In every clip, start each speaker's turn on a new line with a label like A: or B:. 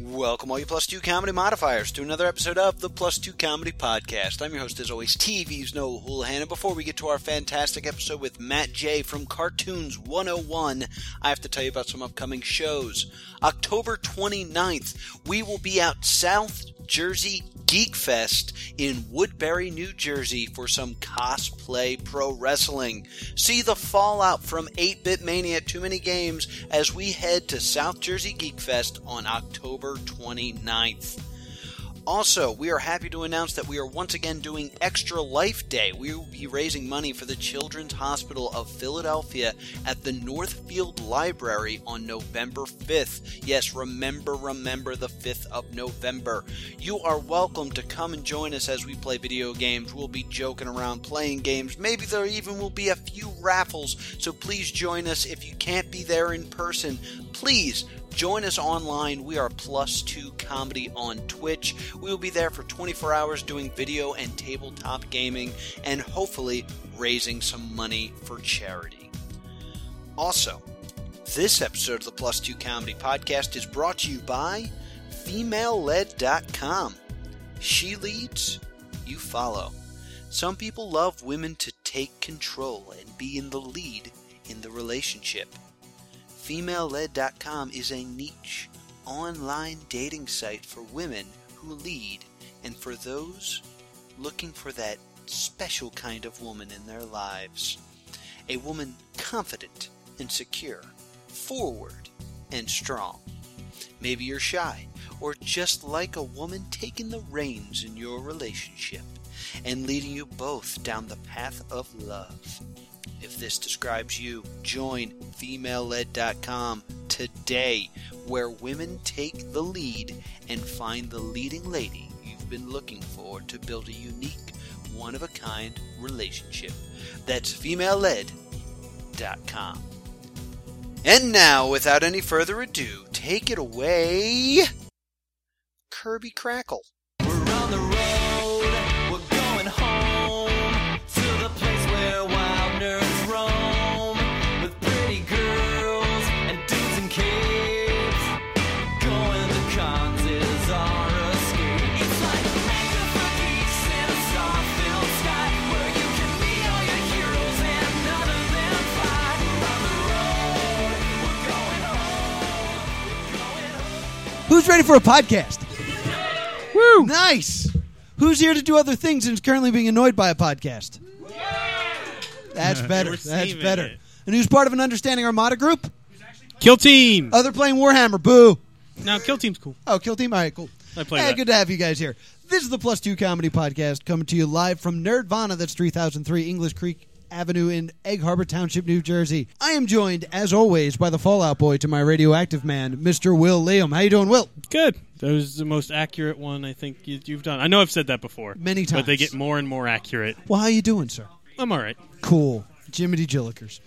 A: Welcome, all you plus two comedy modifiers, to another episode of the Plus Two Comedy Podcast. I'm your host, as always, TV's Noah Houlihan. And before we get to our fantastic episode with Matt J from Cartoons 101, I have to tell you about some upcoming shows. October 29th, we will be out South Jersey Geek Fest in Woodbury, New Jersey for some cosplay pro wrestling. See the fallout from 8 Bit Mania Too Many Games as we head to South Jersey Geek Fest on October 29th. Also, we are happy to announce that we are once again doing Extra Life Day. We will be raising money for the Children's Hospital of Philadelphia at the Northfield Library on November 5th. Yes, remember, remember the 5th of November. You are welcome to come and join us as we play video games. We'll be joking around playing games. Maybe there even will be a few raffles, so please join us if you can't be there in person. Please Join us online. We are Plus Two Comedy on Twitch. We will be there for 24 hours doing video and tabletop gaming and hopefully raising some money for charity. Also, this episode of the Plus Two Comedy Podcast is brought to you by FemaleLead.com. She leads, you follow. Some people love women to take control and be in the lead in the relationship. FemaleLead.com is a niche online dating site for women who lead and for those looking for that special kind of woman in their lives. A woman confident and secure, forward and strong. Maybe you're shy or just like a woman taking the reins in your relationship and leading you both down the path of love. If this describes you, join femaleled.com today, where women take the lead and find the leading lady you've been looking for to build a unique, one of a kind relationship. That's femaleled.com. And now, without any further ado, take it away, Kirby Crackle.
B: We're on the road, we're going home to the place where wild nerds roam with pretty girls and dudes in capes. Going to cons is our escape. It's like Magnified Geeks in a star-filled sky where you can meet all your heroes and none of them fly. We're on the road, we're going home, we're going home.
C: Who's ready for a podcast? Woo! Nice. Who's here to do other things and is currently being annoyed by a podcast? That's better. That's
D: receiving
C: better.
D: it.
C: And who's part of an understanding Armada group?
D: Kill Team.
C: Other playing Warhammer. Boo.
D: no, Kill Team's cool.
C: Oh, Kill Team. All right, cool.
D: I played
C: hey,
D: that.
C: good to have you guys here. This is the Plus Two Comedy Podcast coming to you live from Nerdvana. That's three thousand three English Creek Avenue in Egg Harbor Township, New Jersey. I am joined, as always, by the Fallout Boy to my radioactive man, Mr. Will Liam. How you doing, Will?
D: Good. That was the most accurate one I think you, you've done. I know I've said that before.
C: Many
D: But they
C: times.
D: get more and more accurate.
C: Well, how you doing, sir?
D: I'm all right.
C: Cool. Jiminy Jillikers.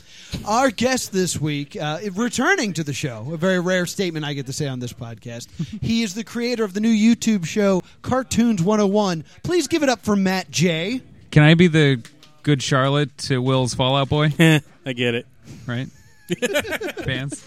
C: Our guest this week, uh, returning to the show, a very rare statement I get to say on this podcast. he is the creator of the new YouTube show, Cartoons 101. Please give it up for Matt J.
E: Can I be the good Charlotte to Will's Fallout Boy?
D: Eh, I get it.
E: Right? Fans?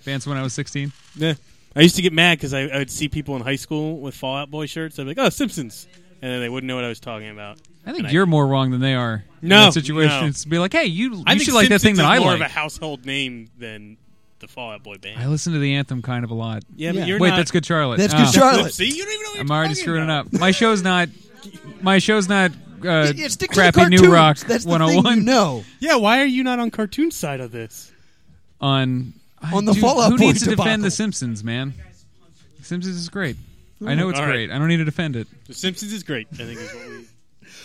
E: Fans when I was 16?
D: Eh. I used to get mad because I, I would see people in high school with Fallout Boy shirts. I'd be like, oh, Simpsons. And then they wouldn't know what I was talking about.
E: I think
D: And
E: you're more wrong than they are in
D: No,
E: that situation.
D: no.
E: It's be like, hey, you,
D: I
E: you
D: think
E: should like that thing
D: Simpsons
E: that
D: is
E: I
D: more
E: like.
D: of a household name than the Fallout Boy band.
E: I listen to the anthem kind of a lot.
D: yeah,
C: Yeah.
D: but you're
E: Wait,
D: not.
E: that's good Charlotte.
C: That's
E: Oh.
C: good, Charlotte.
D: See, you don't even know what
E: I'm
D: you're
E: already
D: talking
E: screwing it
D: about.
E: up. My show's not. My show's not. Uh,
C: Yeah, stick to the
E: crappy
C: cartoons.
E: new rock
C: That's the thing
E: 101
C: you know.
D: Yeah, why are you not on cartoon side of this?
E: on
C: On the
E: Dude,
C: Fallout
E: Who
C: Boy
E: needs to
C: debacle.
E: defend the Simpsons, man? Simpsons is great. I know it's
D: Mm-hmm. All right.
E: great. I don't need to defend it.
D: The Simpsons is great. I think is what we.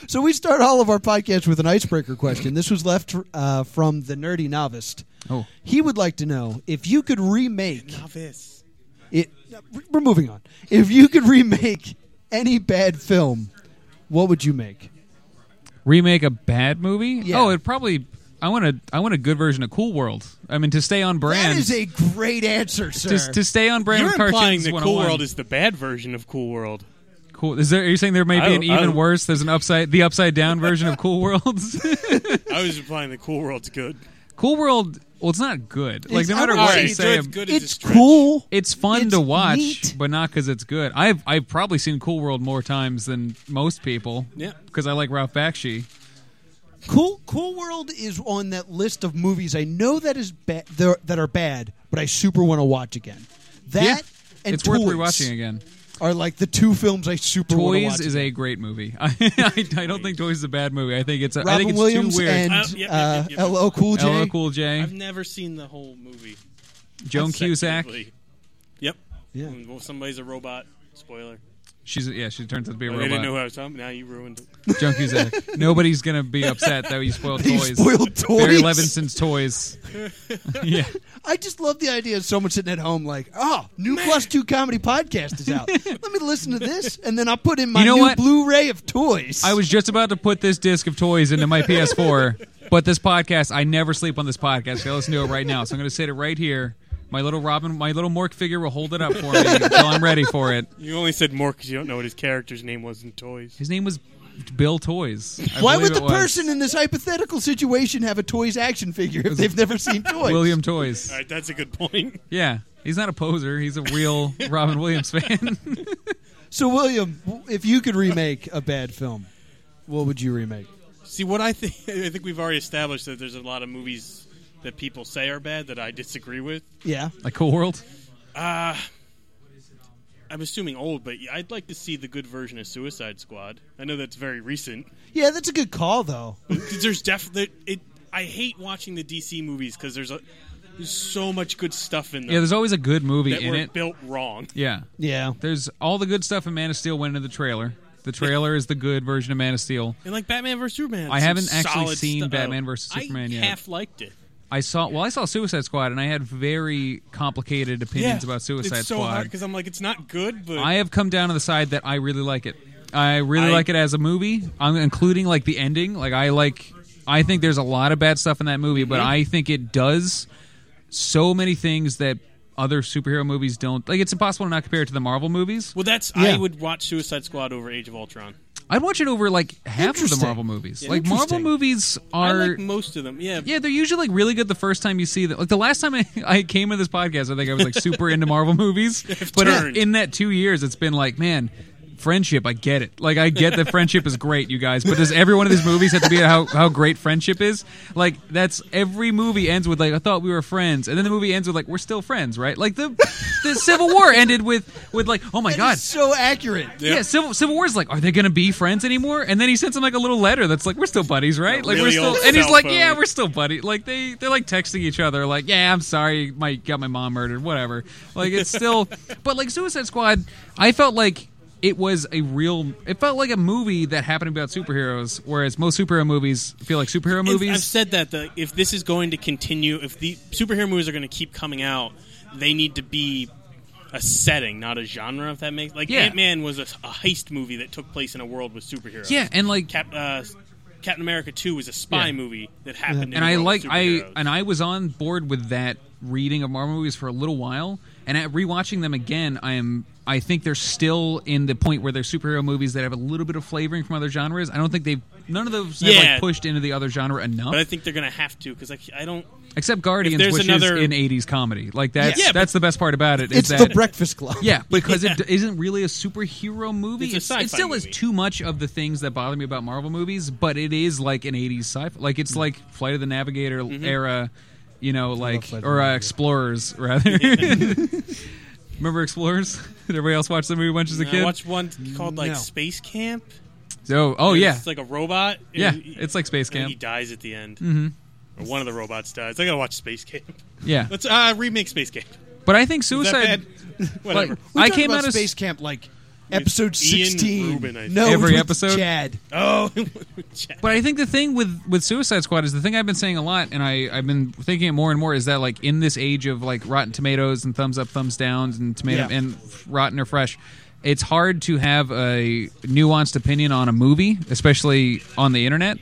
C: So we start all of our podcasts with an icebreaker question. This was left uh, from the Nerdy Novice.
E: Oh.
C: He would like to know if you could remake
D: Novice.
C: it. We're moving on. If you could remake any bad film, what would you make?
E: remake a bad movie?
C: Yeah.
E: Oh, it probably. I want a I want a good version of Cool World. I mean, to stay on brand.
C: That is a great answer, sir.
E: to, to stay on brand.
D: You're
E: with cartoons
D: implying that Cool
E: 101.
D: World is the bad version of Cool World.
E: cool. Is there? Are you saying there may
D: I
E: be an
D: don't- I
E: even
D: don't-
E: worse? There's an upside the upside down version of Cool Worlds.
D: I was implying that Cool World's good.
E: Cool World. Well, it's not good. Like
C: It's-
E: no matter
C: I
E: what
C: wouldn't
E: you
C: say
E: say,
D: it's good as a
C: It's
D: stretch.
C: cool.
E: it's fun
C: It's
E: to watch,
C: neat.
E: but not because it's good. I've I've probably seen Cool World more times than most people.
D: Yeah.
E: because I like Ralph Bakshi.
C: Cool Cool World is on that list of movies I know that is ba- there- that are bad, but I super want to watch again. That
E: yeah,
C: and
E: it's
C: Toys
E: worth rewatching again.
C: are like the two films I super want to watch.
E: Toys is a great movie. I, I, I don't think Toys is a bad movie. I think it's I
C: Robin
E: think it's
C: Williams
E: too weird.
C: and
D: Uh, yep, yep,
C: uh,
D: yep, yep.
C: LL Cool J.
E: LL Cool J,
D: I've never seen the whole movie.
E: Joan Cusack.
D: consecutively. Yep.
C: Yeah.
D: Mm, Well, somebody's a robot. Spoiler.
E: She's yeah, she turns out to be a
D: Oh,
E: robot.
D: They didn't know who I was talking. Now you ruined. It.
E: Joan Cusack. Nobody's gonna be upset that we spoiled
C: They
E: toys.
C: spoiled
E: Barry
C: toys.
E: Levinson's toys. yeah,
C: I just love the idea of someone sitting at home like, oh, new plus two comedy podcast is out. Let me listen to this, and then I'll put in my
E: You know
C: new
E: what?
C: Blu-ray of toys.
E: I was just about to put this disc of toys into my PS4, but this podcast, I never sleep on this podcast. I listen to it right now, so I'm gonna sit it right here. My little Robin, my little Mork figure will hold it up for me until I'm ready for it.
D: You only said more because you don't know what his character's name was in Toys.
E: His name was Bill Toys. I
C: Why
E: believe
C: would
E: it
C: the
E: was.
C: person in this hypothetical situation have a toys action figure if they've never seen toys?
E: William Toys?
D: All right, that's a good point.
E: Yeah, he's not a poser. He's a real Robin Williams fan.
C: So, William, w- if you could remake a bad film, what would you remake?
D: See what I think. I think we've already established that there's a lot of movies that people say are bad that I disagree with.
C: Yeah.
E: like Cool World.
D: I'm assuming old, but I'd like to see the good version of Suicide Squad. I know that's very recent.
C: Yeah, that's a good call, though.
D: 'Cause there's definitely it. I hate watching the DC movies because there's a there's so much good stuff in
E: Yeah,
D: them
E: there's always a good movie
D: that
E: in
D: were
E: it.
D: built wrong.
E: Yeah.
C: Yeah.
E: There's all the good stuff in Man of Steel went into the trailer. The trailer is the good version of Man of Steel.
D: And like Batman vs Superman,
E: I
D: some
E: haven't actually
D: solid
E: seen
D: stuff.
E: Batman versus Superman
D: I
E: yet.
D: Half liked it.
E: I saw well, I saw Suicide Squad, and I had very complicated opinions about Suicide
D: it's so
E: Squad.
D: because I'm like, it's not good, but
E: I have come down to the side that I really like it. I really
D: I-
E: like it as a movie. I'm including like the ending. Like I like. I think there's a lot of bad stuff in that movie,
C: Mhm.
E: but I think it does so many things that other superhero movies don't. Like it's impossible to not compare it to the Marvel movies.
D: well, that's
C: Yeah.
D: I would watch Suicide Squad over Age of Ultron.
E: I'd watch it over like half of the
C: Interesting.
E: Marvel movies. like Marvel
C: Interesting.
E: movies
D: I
E: are
D: like most of them. Yeah,
E: Yeah, they're usually like really good the first time you see them. Like the last time I, I came to this podcast, I think I was like super into Marvel movies. But uh,
D: turned.
E: in that two years, it's been like, man, friendship. I get it. Like I get that friendship is great, you guys. But does every one of these movies have to be how how great friendship is? Like that's every movie ends with like I thought we were friends, and then the movie ends with like we're still friends, right? Like the the Civil War ended with with like oh my god.
C: It's so accurate.
D: Yeah.
E: Yeah, Civil, Civil War is like, are they going to be friends anymore? And then he sends him like a little letter that's like, we're still buddies, right? Like
D: really
E: we're still,
D: old
E: and he's
D: cell
E: like,
D: phone.
E: yeah, we're still buddies. Like they they're like texting each other, like, yeah, I'm sorry, my got my mom murdered, whatever. Like it's still, but like Suicide Squad, I felt like it was a real. It felt like a movie that happened about superheroes, whereas most superhero movies feel like superhero
D: And
E: movies.
D: I've said that the, if this is going to continue, if the superhero movies are going to keep coming out, they need to be a setting, not a genre. If that makes like
E: Yeah.
D: Ant Man was a, a heist movie that took place in a world with superheroes.
E: yeah, and like
D: Cap, uh, Captain America Two was a spy
E: Yeah.
D: movie that happened.
E: and
D: in a
E: I
D: world
E: like
D: with
E: I
D: superheroes.
E: and I was on board with that reading of Marvel movies for a little while, and at rewatching them again, I am I think they're still in the point where they're superhero movies that have a little bit of flavoring from other genres. I don't think they've none of those have
D: Yeah.
E: like pushed into the other genre enough,
D: but I think they're going to have to because I, I don't.
E: except Guardians,
D: there's
E: which
D: another-
E: is an '80s comedy. Like that's
D: Yeah, but-
E: that's the best part about it. Is
C: It's
E: that
C: the Breakfast Club.
E: yeah, because it d- isn't really a superhero movie.
D: It's a
E: it
D: sci-fi
E: still is
D: movie.
E: too much of the things that bother me about Marvel movies, but it is like an '80s sci-fi. Like
D: Mm-hmm.
E: it's like Flight of the Navigator era, you know, like
C: Flight of the
E: or uh,
C: Navigator.
E: Explorers rather. Remember Explorers? Did everybody else watch the movie when she was a
D: I
E: kid?
D: watched one called like
C: No.
D: Space Camp.
E: oh, oh yeah,
D: it's like a robot.
E: Yeah,
D: And he-
E: it's like Space
D: and
E: Camp.
D: He dies at the end, mm-hmm. or one of the robots dies. I got to watch Space Camp.
E: yeah.
D: Let's uh, remake Space Camp.
E: But I think
D: Is that
E: Suicide.
D: bad? Whatever.
E: Like,
C: We
E: I
C: talked
E: came
C: about
E: out of
C: Space Camp like episode
D: Ian
C: sixteen.
D: Rubin, I think.
C: no, it
E: Every
C: was
E: episode?
C: Chad.
D: oh, Jack.
E: But I think the thing with with Suicide Squad is the thing I've been saying a lot, and I I've been thinking it more and more is that like in this age of like Rotten Tomatoes and thumbs up, thumbs downs, and tomato
C: Yeah.
E: and rotten or fresh, it's hard to have a nuanced opinion on a movie, especially on the internet.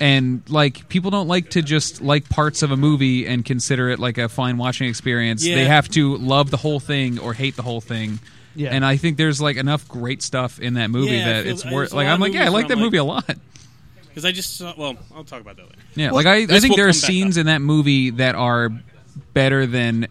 E: And like people don't like to just like parts of a movie and consider it like a fine watching experience.
D: Yeah.
E: They have to love the whole thing or hate the whole thing.
C: Yeah.
E: And I think there's like enough great stuff in that movie
D: Yeah, I
E: that
D: feel-
E: it's
D: I-
E: worth.
D: there's a
E: Like
D: lot of
E: I'm like, yeah, I
D: movies where
E: like that
D: I'm like-
E: movie a lot.
D: Because I just saw, well, I'll talk about that later.
E: Yeah, like I, I
D: This
E: think
D: will
E: there are
D: come back
E: scenes
D: up.
E: in that movie that are better than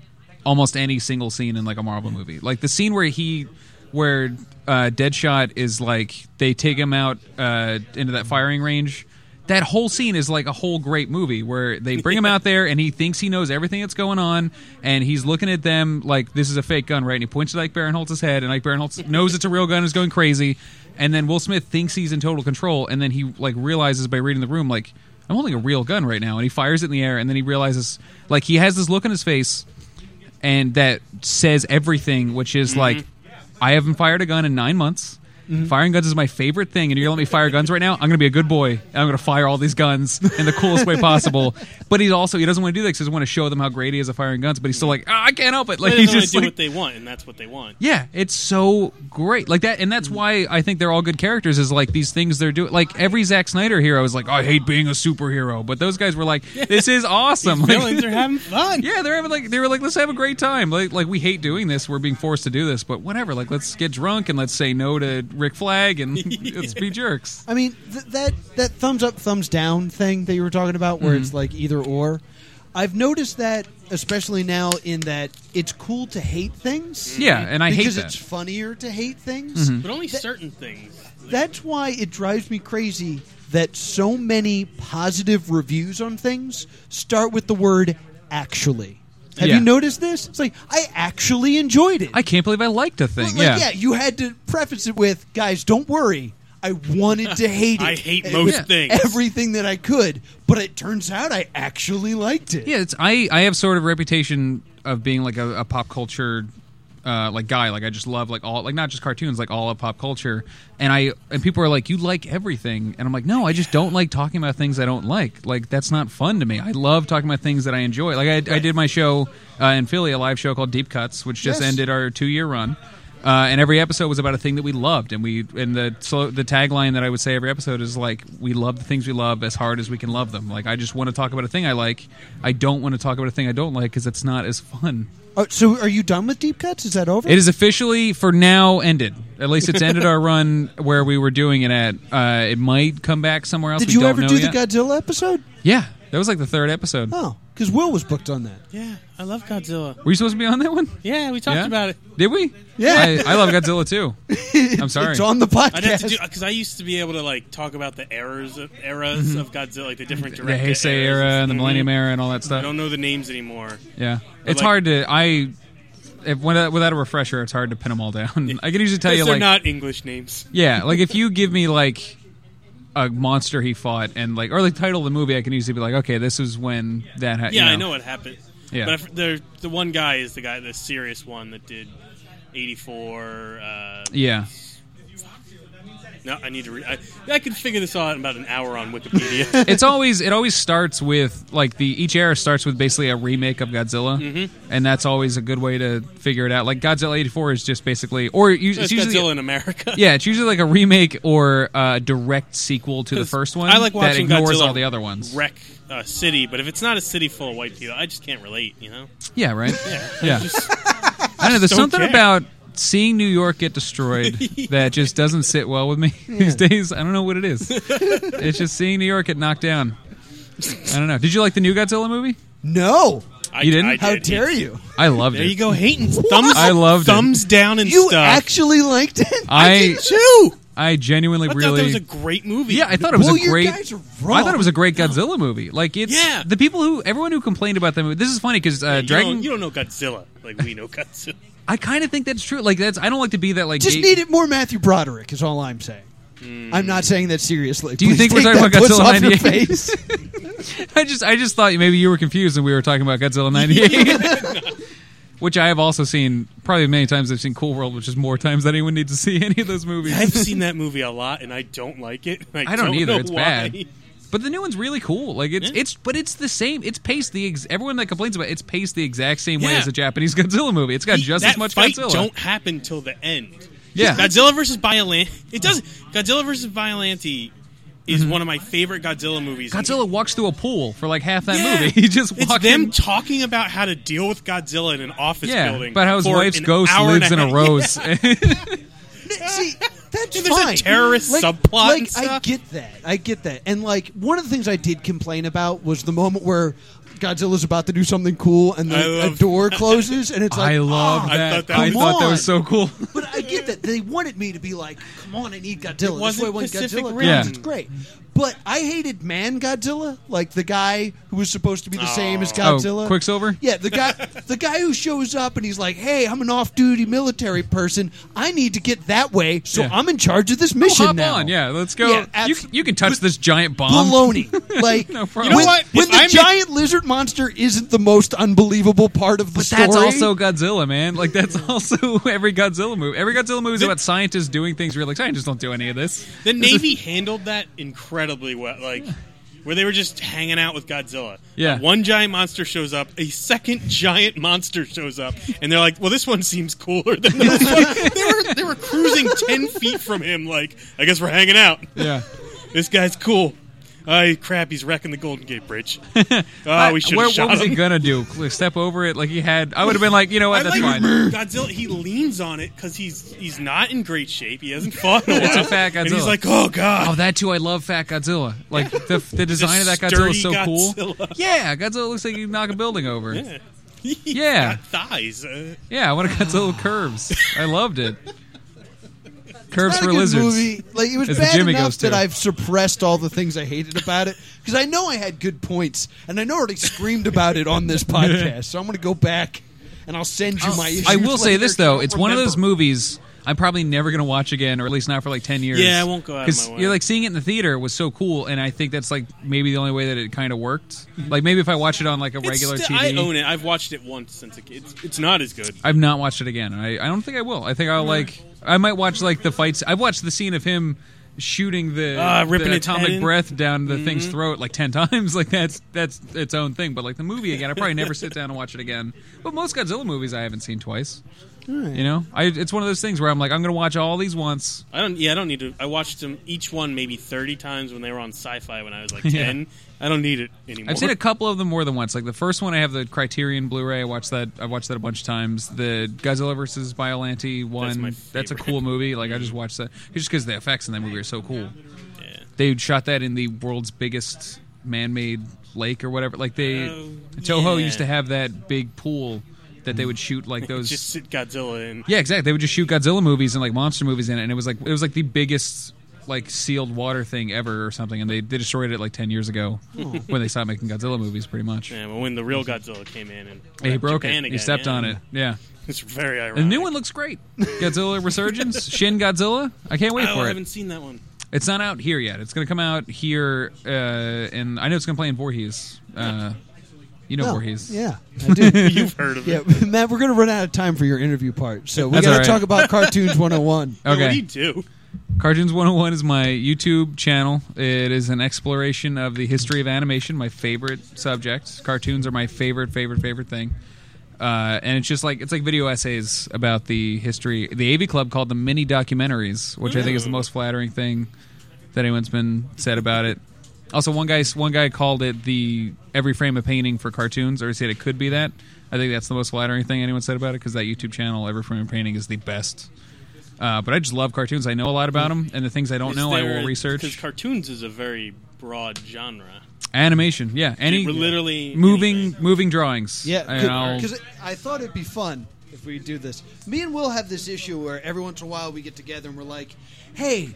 E: almost any single scene in like a Marvel movie. Like the scene where he, where uh, Deadshot is like they take him out uh, into that firing range. That whole scene is like a whole great movie where they bring him out there and he thinks he knows everything that's going on and he's looking at them like this is a fake gun, right? And he points at Ike Barinholtz's head and Ike Barinholtz knows it's a real gun and is going crazy. And then Will Smith thinks he's in total control and then he like realizes by reading the room like I'm holding a real gun right now. And he fires it in the air, and then he realizes, like, he has this look on his face, and that says everything, which is like, I haven't fired a gun in nine months. Firing guns is my favorite thing, and you're gonna let me fire guns right now. I'm gonna be a good boy, and I'm gonna fire all these guns in the coolest way possible. But he's also he doesn't want to do that because he doesn't want to show them how great he is at firing guns. But he's still like, "Ah, I can't help it. Like
D: They
E: he's
D: just
E: just
D: do
E: like,
D: what they want, and that's what they want.
E: yeah, it's so great. Like that and that's why I think they're all good characters is like these things they're doing like every Zack Snyder hero is like, I hate being a superhero. But those guys were like, This is awesome. Like-
D: Villains are having fun.
E: yeah, they're having like they were like, let's have a great time. Like like we hate doing this, we're being forced to do this, but whatever. Like let's get drunk and let's say no to Rick Flag and let's be jerks.
C: I mean, th- that that thumbs up, thumbs down thing that you were talking about, where
E: Mm-hmm.
C: it's like either or. I've noticed that, especially now, in that it's cool to hate things.
E: Mm-hmm. Yeah, and I hate
C: because
E: that.
C: it's funnier to hate things.
D: But only certain things.
E: Mm-hmm.
C: That's why it drives me crazy that so many positive reviews on things start with the word "actually." Have
E: Yeah.
C: you noticed this? It's like I actually enjoyed it.
E: I can't believe I liked a thing.
C: Like,
E: yeah.
C: you had to preface it with, guys, don't worry. I wanted to hate it.
D: I hate
C: With
D: most things.
C: Everything that I could, but it turns out I actually liked it.
E: Yeah, it's I I have sort of a reputation of being like a, a pop culture uh, like guy. Like I just love like all like not just cartoons, like all of pop culture. And I and people are like, you like everything, and I'm like, no, I just don't like talking about things I don't like. Like that's not fun to me. I love talking about things that I enjoy. Like I, I did my show uh, in Philly, a live show called Deep Cuts, which just
C: Yes.
E: ended our two year run. Uh, and every episode was about a thing that we loved, and we and the so the tagline that I would say every episode is like we love the things we love as hard as we can love them. Like I just want to talk about a thing I like. I don't want to talk about a thing I don't like because it's not as fun.
C: Uh, so are you done with deep cuts? Is that over?
E: It is officially for now ended. At least it's ended our run where we were doing it at. Uh, it might come back somewhere else.
C: Did
E: we
C: you
E: don't
C: ever
E: know
C: do
E: yet.
C: the Godzilla episode?
E: Yeah, that was like the third episode.
C: Oh, because Will was booked on that.
D: Yeah, I love Godzilla.
E: Were you supposed to be on that one?
D: Yeah, we talked
E: Yeah?
D: about it.
E: Did we?
C: Yeah.
E: I, I love Godzilla too. I'm sorry.
C: It's on the podcast.
D: I'd have to do because I used to be able to like talk about the eras of, eras of Godzilla, like the different
E: Mm-hmm. the
D: direct
E: Heisei era and the Millennium era and all that
D: I
E: stuff.
D: don't know the names anymore.
E: Yeah, it's
D: like-
E: hard to I. If, without, without a refresher, it's hard to pin them all down. I can usually tell you
D: Because they're
E: like
D: not English names.
E: yeah, like if you give me like a monster he fought and like or the title of the movie, I can usually be like, okay, this is when that. Ha-
D: Yeah,
E: you
D: I know what happened.
E: Yeah.
D: But if the the one guy is the guy, the serious one that did eighty four. Uh,
E: Yeah,
D: No, I need to. Re- I, I could figure this out in about an hour on Wikipedia.
E: it's always it always starts with like the each era starts with basically a remake of Godzilla,
D: Mm-hmm.
E: and that's always a good way to figure it out. Like Godzilla '84 is just basically or you, it's
D: That's
E: usually
D: Godzilla in America.
E: yeah, it's usually like a remake or a direct sequel to the first one.
D: I like watching
E: that ignores
D: Godzilla
E: all the other ones.
D: Wreck uh, city, but if it's not a city full of white people, I just can't relate. You know.
E: Yeah, right.
D: Yeah.
E: Yeah.
D: Just-
E: I don't know. There's
D: don't
E: something
D: care.
E: about seeing New York get destroyed that just doesn't sit well with me these days. I don't know what it is. it's just seeing New York get knocked down. I don't know. Did you like the new Godzilla movie?
C: No.
D: I,
E: You didn't?
D: I
C: How
D: did.
C: dare you?
E: I loved
D: There
E: it.
D: you go, hating thumbs.
E: I loved it.
D: thumbs down and
C: You
D: stuff.
C: actually liked it?
E: I-
C: did too.
E: I genuinely
D: I thought
E: really.
D: that was a great movie.
E: yeah, I thought it was
C: Well,
E: a
C: you
E: great.
C: guys are wrong.
E: I thought it was a great Godzilla movie. Like it's
D: Yeah.
E: the people who everyone who complained about that movie. This is funny because uh,
D: you
E: Dragon.
D: Don't, you don't know Godzilla like we know Godzilla.
E: I kind of think that's true. Like that's I don't like to be that like.
C: Just
E: gate-
C: needed more Matthew Broderick is all I'm saying. I'm not saying that seriously.
E: Do you
C: Please
E: think we're
C: take
E: talking
C: that
E: about
C: puss
E: Godzilla
C: off your
E: 98?
C: face.
E: I just I just thought maybe you were confused and we were talking about Godzilla '98, which I have also seen probably many times. I've seen Cool World, which is more times than anyone needs to see any of those movies.
D: I've seen that movie a lot, and I don't like it. I,
E: I don't either.
D: Know
E: It's
D: why.
E: bad. But the new one's really cool. Like it's
D: Yeah.
E: it's but it's the same. It's paced the ex- everyone that complains about it, it's paced the exact same way
D: Yeah.
E: as a Japanese Godzilla movie. It's got just
D: that
E: as much
D: fight
E: Godzilla.
D: Don't happen till the end.
E: Yeah.
D: Godzilla versus Biollante. It doesn't. Godzilla versus Biollante is one of my favorite Godzilla movies.
E: Mm-hmm. Godzilla walks through a pool for like half that
D: Yeah.
E: movie. He just
D: it's
E: walks.
D: them
E: in-
D: talking about how to deal with Godzilla in an office
E: yeah,
D: building.
E: about how his
D: for
E: wife's
D: an
E: ghost
D: hour and
E: lives in a
D: half.
E: rose.
C: See, that's
D: Yeah, there's a
C: fine.
D: terrorist
C: like,
D: subplot
C: Like
D: and
C: I
D: stuff.
C: get that. I get that. And like one of the things I did complain about was the moment where Godzilla's about to do something cool and
D: I
C: the a
D: love-
C: door closes and it's like
E: I love
C: "Ah."
D: I
E: that. I
D: thought that
E: thought that,
D: was-
E: was so cool.
C: But I get that they wanted me to be like, "Come on, I need Godzilla." That's
D: wasn't
C: why when
D: Pacific
C: Godzilla
E: Rim.
C: comes, it's great. But I hated Man Godzilla, like the guy who was supposed to be the same as
E: Oh,
C: Godzilla,
E: Quicksilver?
C: Yeah, the guy, the guy who shows up and he's like, "Hey, I'm an off-duty military person. I need to get that way, so
E: Yeah.
C: I'm in charge of this mission
E: Hop
C: now."
E: on, yeah, let's go.
C: Yeah, abs-
E: you, can- you can touch this giant bomb.
C: Baloney. Like,
E: No problem.
D: You know
C: when,
D: what?
C: when
D: If
C: the
D: I'm-
C: giant lizard monster isn't the most unbelievable part of the
E: But
C: story,
E: that's also Godzilla, man. Like that's also every Godzilla movie. Every Godzilla movie is about scientists doing things. We're like scientists don't do any of this.
D: The Navy handled that incredibly well. Like, where they were just hanging out with Godzilla.
E: Yeah.
D: Like, one giant monster shows up, a second giant monster shows up, and they're like, well, this one seems cooler than the one. they, were, they were cruising 10 feet from him, like, I guess we're hanging out.
E: Yeah.
D: This guy's cool. Oh, crap, he's wrecking the Golden Gate Bridge. Oh,
E: I-
D: we should
E: where-
D: have
E: what
D: shot
E: was
D: him.
E: he gonna do? Step over it? Like he had? I would have been like, you know what?
D: I
E: That's
D: like
E: fine.
D: Godzilla. He leans on it because he's he's not in great shape. He hasn't fought in a while.
E: It's a fat
D: And he's
E: Godzilla.
D: like, oh god.
E: Oh, that too. I love Fat Godzilla. Like the the design of that Godzilla
D: sturdy
E: is so cool.
D: Godzilla.
E: Yeah, Godzilla looks like he can knock a building over. Yeah,
D: He's
E: Yeah.
D: got thighs. Uh,
E: I want a Godzilla with curves. I loved it. Curves
C: Not a
E: for
C: good
E: lizards.
C: movie. Like it was
E: As the
C: bad
E: Jimmy
C: enough
E: goes to.
C: that I've suppressed all the things I hated about it because I know I had good points and I know I already screamed about it on this podcast. So I'm going to go back and I'll send you my. Issues
E: Oh, I will say
C: later
E: this
C: 'cause I
E: though,
C: don't
E: it's one of those
C: remember.
E: movies I'm probably never going to watch again, or at least not for like ten years.
D: Yeah, I won't go out of my way.
E: You're like seeing it in the theater was so cool, and I think that's like maybe the only way that it kind of worked. Like maybe if I watch it on like a
D: it's
E: regular
D: still-
E: TV,
D: I own it. I've watched it once since a kid. It's, it's not as good.
E: I've not watched it again. and I, I don't think I will. I think I'll like. I might watch like the fights. I've watched the scene of him shooting the,
D: Ah, ripping
E: the
D: its head in. Mm-hmm.
E: atomic breath down the thing's throat like ten times. Like that's that's its own thing. But like the movie again, I probably never sit down and watch it again. But most Godzilla movies I haven't seen twice. You know, I, it's one of those things where I'm like, I'm going to watch all these once.
D: I don't. Yeah, I don't need to. I watched them each one maybe thirty times when they were on Sci-Fi when I was like
E: Yeah.
D: ten. I don't need it anymore.
E: I've seen a couple of them more than once. Like the first one, I have the Criterion Blu-ray. I watched that. I watched that a bunch of times. The Godzilla versus Biollante one.
D: my
E: a
D: favorite.
E: cool movie. Like I just watched that just because the effects in that movie are so cool.
D: Yeah.
E: They shot that in the world's biggest man-made lake or whatever. Like they,
D: Oh,
E: Toho
D: yeah.
E: used to have that big pool that they would shoot like those.
D: Just sit Godzilla in.
E: Yeah, exactly. They would just shoot Godzilla movies and like monster movies in it, and it was like it was like the biggest like sealed water thing ever or something. And they, they destroyed it like ten years ago when they stopped making Godzilla movies, pretty much.
D: Hmm. Yeah, but when the real Godzilla came in and
E: He broke
D: Japan
E: it.
D: Again,
E: he stepped
D: yeah.
E: on it. Yeah.
D: It's very ironic.
E: The new one looks great. Godzilla Resurgence, Shin Godzilla. I can't wait
D: Oh,
E: for
D: I
E: it.
D: haven't seen that one.
E: It's not out here yet. It's going to come out here, uh, and I know it's going to play in Voorhees. Uh, you know
C: No.
E: Voorhees.
C: Yeah, I do.
D: You've heard of
C: Yeah,
D: it?
C: Matt, we're going to run out of time for your interview part, so we
E: That's
C: got to
E: all right.
C: talk about cartoons 101.
E: Okay.
D: What do you do?
E: Cartoons 101 is my YouTube channel. It is an exploration of the history of animation, my favorite subject. Cartoons are my favorite, favorite, favorite thing. Uh, and it's just like it's like video essays about the history. The AV Club called them mini documentaries, which I think is the most flattering thing that anyone's been said about it. Also, one guy one guy called it the every frame of painting for cartoons, or he said it could be that. I think that's the most flattering thing anyone said about it because that YouTube channel, every frame of painting, is the best. Uh, but I just love cartoons. I know a lot about them, and the things I don't
D: Is
E: know, I
D: there- Because
E: will research.
D: cartoons is a very broad genre.
E: Animation, yeah, any
D: We're literally
E: moving
D: anything.
E: moving drawings. and
C: Yeah,
E: I'll-
C: because I thought it'd be fun if we do this. Me and Will have this issue where every once in a while we get together and we're like, "Hey,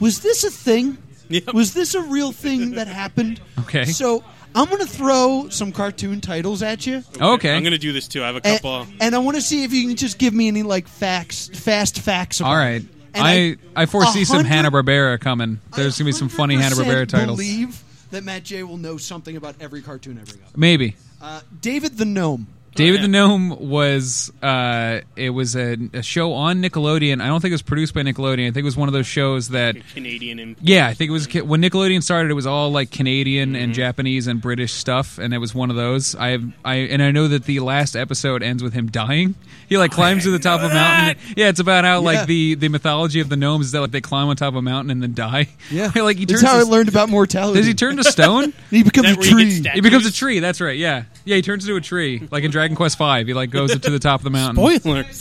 C: was this a thing?
D: Yep.
C: Was this a real thing that happened?"
E: Okay.
C: So I'm gonna throw some cartoon titles at you,
E: okay.
D: I'm gonna do this too. I have a
C: and,
D: couple.
C: and I want to see if you can just give me any like facts, fast facts. About
E: All right.
C: it. And
E: I, I foresee some
C: 100
E: Hanna Barbera coming. There's gonna be some funny Hanna Barbera
C: 100%
E: titles.
C: Believe that Matt J will know something about every cartoon ever. got.
E: Maybe.
C: Uh, David the Gnome.
E: David
D: yeah.
E: the Gnome was uh, it was a, a show on Nickelodeon. I don't think it was produced by Nickelodeon. I think it was one of those shows that
D: Canadian and
E: yeah, I think it was ca- when Nickelodeon started. It was all like Canadian
C: Mm-hmm.
E: and Japanese and British stuff, and it was one of those. I I and I know that the last episode ends with him dying. He like climbs to the top of a mountain. Yeah, it's about how
C: Yeah.
E: like the the mythology of the gnomes is that like they climb on top of a mountain and then die. like he
C: that's
E: turns.
C: how I
E: to-
C: learned about mortality.
E: does he turn to stone?
C: He becomes
D: Is
C: a
D: that where you get
C: tree.
D: stabbed?
E: He becomes a tree. That's right. Yeah, yeah. He turns into a tree, like in Dragon Quest Five. He like goes up to the top of the mountain.
D: spoilers.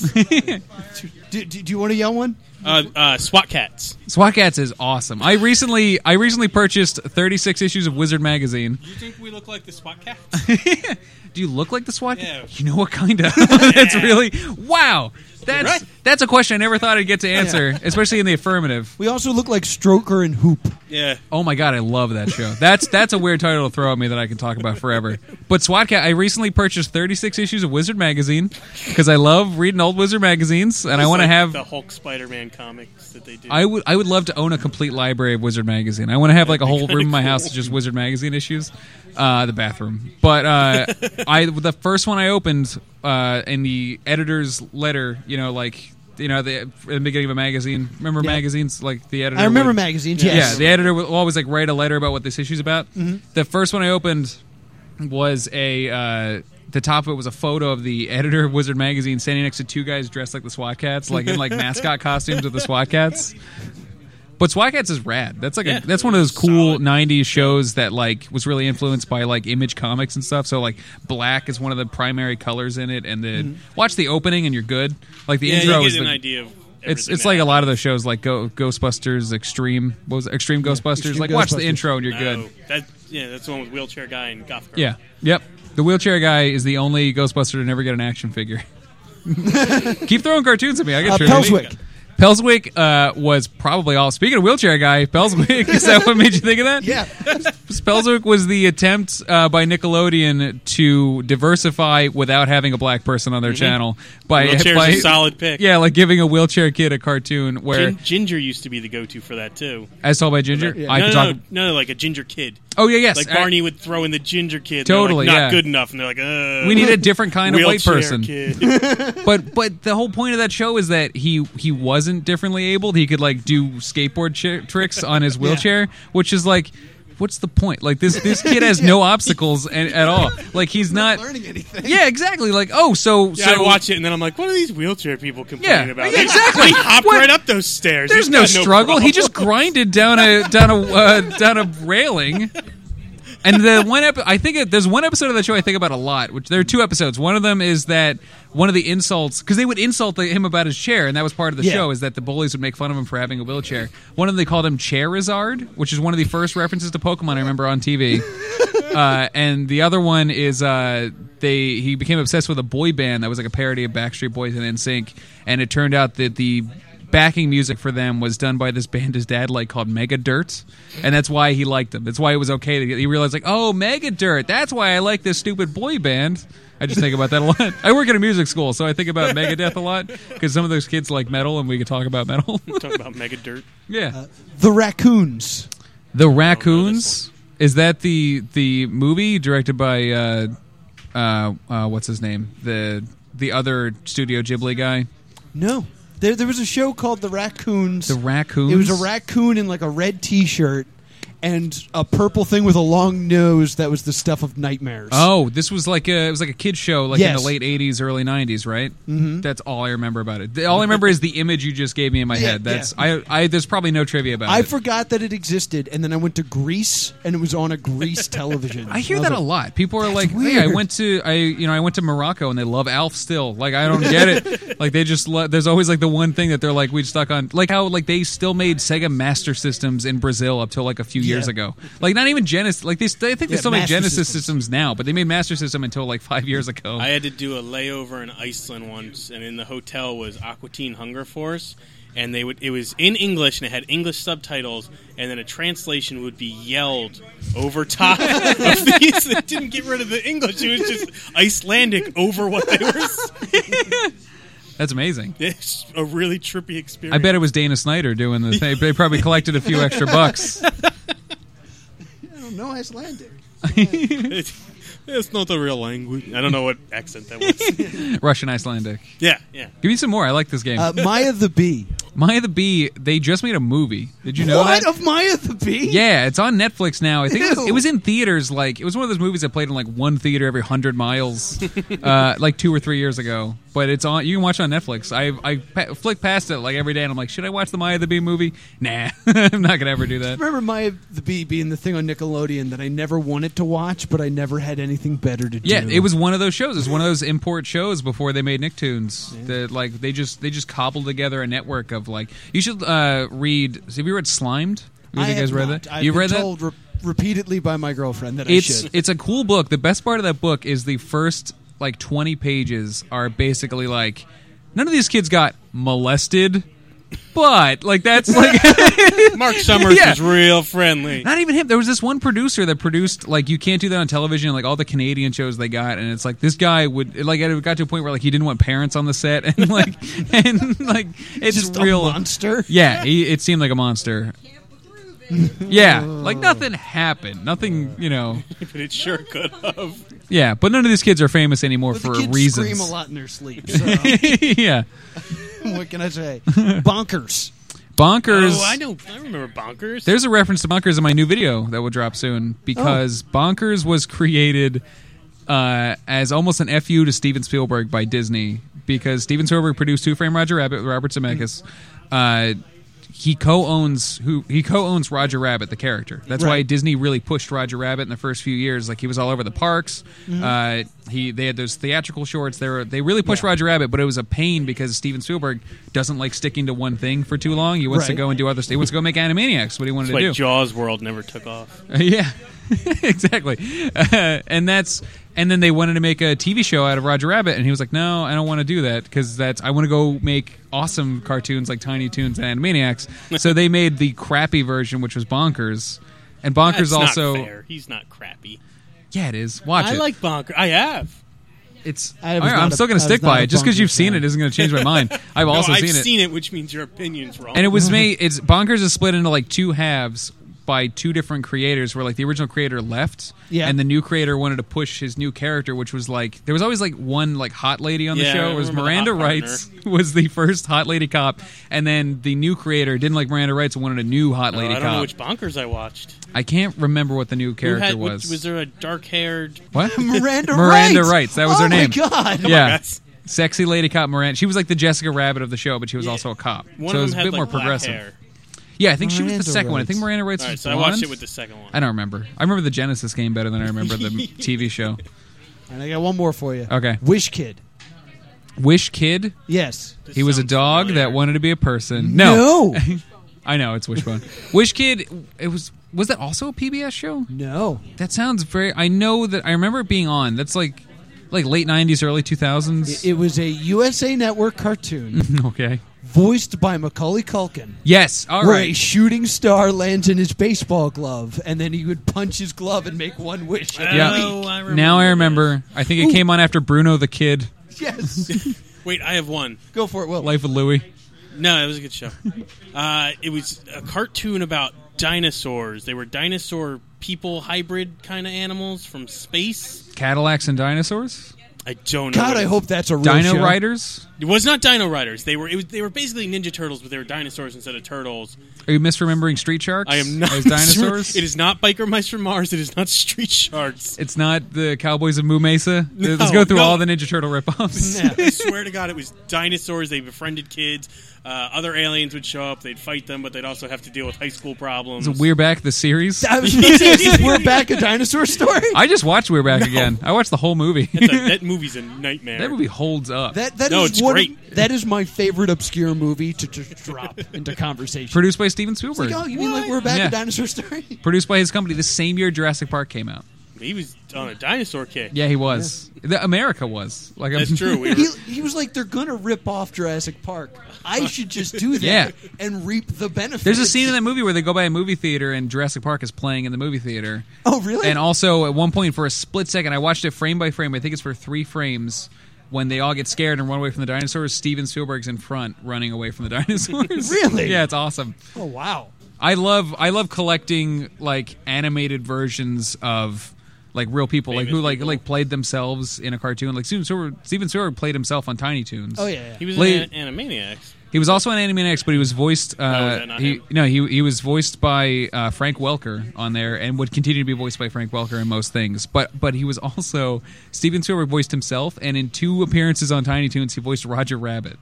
C: Do, do, do you want to yell one?
D: Uh, uh, SWAT cats.
E: SWAT Cats is awesome. I recently I recently purchased 36 issues of Wizard magazine.
D: You think we look like the SWAT cats?
E: Do you look like the SWAT?
D: Yeah.
E: You know what kind of? that's really wow. That's
D: Right. Oh,
E: that's a question I never thought I'd get to answer, especially in the affirmative.
C: We also look like Stroker and Hoop.
D: yeah.
E: Oh my god, I love that show. That's that's a weird title to throw at me that I can talk about forever. But SWAT Cat, I recently purchased 36 issues of Wizard magazine because I love reading old Wizard magazines, and I
D: It's
E: want to
D: like
E: have
D: the Hulk Spider-Man comics that they do.
E: I would I would love to own a complete library of Wizard magazine. I want to have like a whole room in my
D: cool.
E: house that's just Wizard magazine issues, uh, the bathroom. But uh, I the first one I opened uh, in the editor's letter, you know, like you know the, in the beginning of a magazine. Remember
C: Yeah.
E: magazines like the editor.
C: I remember
E: would-
C: magazines.
E: yeah,
C: Yes.
E: the editor will always like write a letter about what this issue's about.
D: Mm-hmm.
E: The first one I opened was a uh, the top of it was a photo of the editor of Wizard magazine standing next to two guys dressed like the SWAT cats, like in like mascot costumes with the SWAT cats. But SWAT cats is rad. That's like
D: Yeah.
E: a, that's one of those cool
D: Solid.
E: '90s shows that like was really influenced by like Image Comics and stuff. So like black is one of the primary colors in it, and then watch the opening and you're good. Like the
D: Mm-hmm. yeah,
E: intro
D: you get
E: is
D: an
E: the,
D: idea of.
E: it's
D: everything
E: it's
D: that
E: like a
D: happened.
E: lot of those shows like Go, Ghostbusters Extreme what was it? Extreme Ghostbusters
C: Extreme
E: like watch
C: Ghostbusters.
E: the intro and you're
D: No,
E: good
D: that yeah, that's the one with wheelchair guy and goth girl.
E: yeah yep the wheelchair guy is the only Ghostbuster to never get an action figure keep throwing cartoons at me I get
C: Uh,
E: triggered.
C: Pelswick.
E: Pelswick uh, was probably all speaking of wheelchair guy Pelswick is that what made you think of that
C: Yeah.
E: Pelswick was the attempt uh, by Nickelodeon to diversify without having a black person on their channel by,
D: Mm-hmm. Wheelchair's
E: by
D: a solid pick.
E: yeah like giving a wheelchair kid a cartoon where
D: Gin- Ginger used to be the go-to for that too.
E: As told by Ginger, I
D: no,
E: can
D: no,
E: talk.
D: no, no, like a ginger kid.
E: Oh yeah, yes.
D: Like
E: I-
D: Barney would throw in the ginger kid. and
E: Totally,
D: they're like, not
E: yeah.
D: good enough, and they're like, uh,
E: we need a different kind of white
D: wheelchair
E: person.
D: Kid.
E: Uh, But but the whole point of that show is that he he wasn't differently abled. He could like do skateboard chi- tricks on his wheelchair, which is like. What's the point? Like this, this kid has no obstacles and, at all. Like he's not.
C: learning anything.
E: Yeah, exactly. Like oh, so
D: Yeah,
E: so
D: I watch it and then I'm like, what are these wheelchair people complaining
E: Yeah,
D: about?
E: yeah, exactly.
D: he hopped
E: What?
D: right up those stairs.
E: There's
D: He's
E: no
D: got
E: struggle.
D: problem.
E: he just grinded down a down a uh, down a railing. And the one epi- I think it, there's one episode of that show I think about a lot. Which there are two episodes. One of them is that one of the insults because they would insult the, him about his chair, and that was part of the
C: Yeah.
E: show is that the bullies would make fun of him for having a wheelchair. One of them they called him Chairizard, which is one of the first references to Pokemon I remember on TV. uh, and the other one is uh, they he became obsessed with a boy band that was like a parody of Backstreet Boys and NSYNC, and it turned out that the backing music for them was done by this band his dad liked called Mega Dirt, and that's why he liked them. That's why it was okay. To, he realized like, oh, Mega Dirt, that's why I like this stupid boy band. I just think about that a lot. I work at a music school, so I think about Megadeth a lot because some of those kids like metal, and we could talk about metal.
D: Talk about mega dirt.
E: yeah,
C: The Raccoons. Oh,
E: the Raccoons is that the the movie directed by uh, uh, uh, what's his name the the other Studio Ghibli guy?
C: No. There, there was a show called The Raccoons.
E: The Raccoons.
C: It was a raccoon in like a red T-shirt and a purple thing with a long nose that was the stuff of nightmares.
E: Oh, this was like a it was like a kid show, like in
C: Yes.
E: the late '80s, early '90s, right? Mm-hmm. That's all I remember about it. The- All I remember is the image you just gave me in my
C: Yeah,
E: head. That's I, I. There's probably no trivia about
C: I
E: it.
C: forgot that it existed, and then I went to Greece, and it was on a Greece television.
E: I hear
C: was
E: that a
C: like,
E: lot. People are like, "Hey, I
C: weird."
E: went to I you know I went to Morocco and they love Alf still." Like I don't get it. like they just lo- there's always like the one thing that they're like we stuck on like how like they still made Sega Master Systems in Brazil up till like a few years
C: Yeah.
E: ago. Like not even Genesis. Like they st- I think they
C: Yeah,
E: still make
C: Master
E: Genesis systems.
C: Systems.
E: now, but they made Master System until like five years ago.
D: I had to do a layover in Iceland once, and in the hotel was Aquatine Hunger Force, and they would it was in English and it had English subtitles, and then a translation would be yelled over top of these. They didn't get rid of the English; it was just Icelandic over what they were. s-
E: That's amazing.
D: It's a really trippy experience.
E: I bet it was Dana Snyder doing the thing. They probably collected a few extra bucks.
C: I don't know Icelandic.
D: it. It's not a real language. I don't know what accent that was.
E: Russian Icelandic.
D: yeah, yeah.
E: Give me some more. I like this game.
C: Uh, Maya the Bee.
E: Maya the Bee. They just made a movie. Did you know
C: what
E: that?
C: of Maya the Bee?
E: yeah, it's on Netflix now. I think it was,
C: Ew.
E: it was in theaters. Like it was one of those movies that played in like one theater every hundred miles, uh, like two or three years ago. but it's on. You can watch it on Netflix. I I pa- flick past it like every day, and I'm like, should I watch the Maya the Bee movie? Nah, I'm not gonna ever do that.
C: remember Maya the Bee being the thing on Nickelodeon that I never wanted to watch, but I never had anything better to
E: Yeah,
C: do.
E: it was one of those shows. It was one of those import shows before they made Nicktoons. That like they just they just cobbled together a network of like you should uh, read. Have you read Slimed? Have
C: I
E: you
C: have
E: guys read
C: not.
E: that?
C: I've
E: you
C: been
E: read that?
C: told re- repeatedly by my girlfriend that I
E: it's
C: should.
E: it's a cool book. The best part of that book is the first like 20 pages are basically like none of these kids got molested, but like that's like
D: Mark Summers
E: Yeah.
D: was real friendly.
E: not even him. There was this one producer that produced like you can't do that on television. Like all the Canadian shows they got, and it's like this guy would like it got to a point where like he didn't want parents on the set, and like and like it's
C: just
E: real
C: a monster.
E: Yeah, he, it seemed like a monster. Yeah, like nothing happened. Nothing, you know.
D: But it sure could have.
E: Yeah, but none of these kids are famous anymore
C: But
E: for
C: the kids
E: reasons.
C: scream a lot in their sleep. So
E: yeah,
C: what can I say? Bonkers.
E: bonkers.
D: Oh, I know. I remember Bonkers.
E: There's a reference to bonkers in my new video that will drop soon because
C: Oh.
E: bonkers was created uh, as almost an fu to Steven Spielberg by Disney because Steven Spielberg produced Two Frame Roger Rabbit with Robert Zemeckis.
C: Mm-hmm.
E: Uh, he co-owns who he co-owns Roger Rabbit the character. That's why
C: Right.
E: Disney really pushed Roger Rabbit in the first few years. Like he was all over the parks.
C: Mm-hmm.
E: Uh, he they had those theatrical shorts. They were they really pushed Roger Rabbit, but it was a pain because Steven Spielberg doesn't like sticking to one thing for too long. He wants to
C: Right.
E: go and do other. He wants to go make Animaniacs. What he wanted
D: That's why
E: to do.
D: Jaws World never took off.
E: Uh, yeah, exactly. Uh, and that's and then they wanted to make a TV show out of Roger Rabbit, and he was like, "No, I don't want to do that because that's I want to go make awesome cartoons like Tiny Toons and Animaniacs." so they made the crappy version, which was bonkers. And bonkers
D: That's
E: also,
D: not fair. He's not crappy.
E: yeah, it is. Watch
D: I
E: it.
D: like Bonkers. I have.
E: it's.
C: I
E: I
C: was
E: am
C: not a-
E: still
C: I
E: going
C: was
E: to stick
C: not
E: by
C: a
E: it. Just because you've
C: bonkers
E: seen
C: fan.
E: it isn't going to change my mind. I've also
D: no, I've
E: seen it.
D: which means your opinion's wrong.
E: and it was made it's bonkers is split into like two halves by two different creators where like the original creator left
C: Yeah.
E: and the new creator wanted to push his new character which was like there was always like one like hot lady on the
D: Yeah,
E: show
D: I
E: it was
D: remember the
E: miranda
D: hot
E: wrights was the first hot lady cop and then the new creator didn't like miranda wrights and wanted a new hot
D: Oh,
E: lady
D: I don't
E: cop
D: know which Bonkers I watched.
E: i can't remember what the new
D: Who
E: character
D: had, which-
E: was
D: was there a dark-haired?
E: what
C: Miranda
E: Miranda
C: Wright.
E: Wrights, that was
C: oh
E: her name.
C: my god.
E: yeah
D: guys.
E: sexy lady cop miranda she was like the jessica rabbit of the show but she was also a cop
D: One
E: so
D: of them
E: it was a
D: had
E: bit
D: like
E: more
D: black
E: progressive
D: hair.
E: yeah i think she was
C: Miranda
E: the second one i
C: Wrights.
E: think miranda wrights
D: All right,
E: was
D: so I watched
E: blonde.
D: it with the second one.
E: I don't remember. I remember the Genesis game better than I remember the TV show.
C: And I got one more for you.
E: Okay.
C: Wish Kid.
E: Wish Kid.
C: Yes.
D: This
E: He was a
D: sounds
E: dog
D: familiar.
E: that wanted to be a person. No.
C: No.
E: I know it's Wishbone. Wish Kid. It was. Was that also a PBS show?
C: No.
E: That sounds very. I know that. I remember it being on. That's like, like late '90s, early 2000s.
C: It was a USA Network cartoon
E: okay.
C: voiced by Macaulay Culkin.
E: Yes. All
C: where a
E: right.
C: shooting star lands in his baseball glove, and then he would punch his glove and make one wish.
D: I
E: Yeah.
D: know, Oh, I remember
E: now I
D: this.
E: remember. I think it came on after Bruno the Kid,
C: Yes,
D: Wait, I have one.
C: go for it, Will.
E: Life of Louie.
D: No, it was a good show. uh, it was a cartoon about dinosaurs. They were dinosaur people, hybrid kind of animals from space.
E: Cadillacs and dinosaurs.
D: I don't know.
C: God,
D: what
C: I
D: it-
C: hope that's a real
E: Dino
C: show.
E: Riders.
D: it was not Dino Riders. They were it was, they were basically Ninja Turtles, but they were dinosaurs instead of turtles.
E: Are you misremembering Street Sharks?
D: I am not
E: as dinosaurs.
D: It is not Biker Mice from Mars. It is not Street Sharks.
E: It's not the Cowboys of Moo Mesa.
D: No,
E: Let's go through
D: no.
E: all the Ninja Turtle ripoffs.
D: I swear to God, it was dinosaurs. They befriended kids. Uh, other aliens would show up. They'd fight them, but they'd also have to deal with high school problems.
E: We're back the series.
C: I was gonna say, is this we're back a dinosaur story.
E: I just watched We're Back Again. I watched the whole movie.
D: That- that movie's a nightmare.
E: that movie holds up.
C: That that
D: No,
C: is
D: it's
C: one of-
D: great.
C: that is my favorite obscure movie to just drop into conversation.
E: Produced by Steven Spielberg.
C: Like, oh, you mean like we're back
E: Yeah.
C: a dinosaur story?
E: Produced by his company the same year Jurassic Park came out.
D: he was on a dinosaur kick.
E: Yeah, he was. The America was like I'm-
D: That's true. We were,
C: He, he was like, they're gonna rip off Jurassic Park. I should just do that
E: Yeah.
C: and reap the benefits.
E: There's a scene in that movie where they go by a movie theater and Jurassic Park is playing in the movie theater.
C: Oh, really?
E: And also, at one point, for a split second, I watched it frame by frame. I think it's for three frames. When they all get scared and run away from the dinosaurs, Steven Spielberg's in front, running away from the dinosaurs.
C: Really?
E: Yeah, it's awesome.
C: Oh wow.
E: I love I love collecting like animated versions of like real people, like
D: Famous
E: who like
D: people.
E: like played themselves in a cartoon. Like Steven Spielberg, Steven Spielberg played himself on Tiny Toons.
C: Oh yeah. yeah.
D: he was
E: Late-
D: an Animaniacs.
E: He was also on Anime Next, but he was voiced.
D: was
E: Uh,
D: Oh, that not
E: he,
D: him?
E: no, he he was voiced by uh, Frank Welker on there, and would continue to be voiced by Frank Welker in most things. But but he was also Steven Spielberg voiced himself, and in two appearances on Tiny Toons, he voiced Roger Rabbit,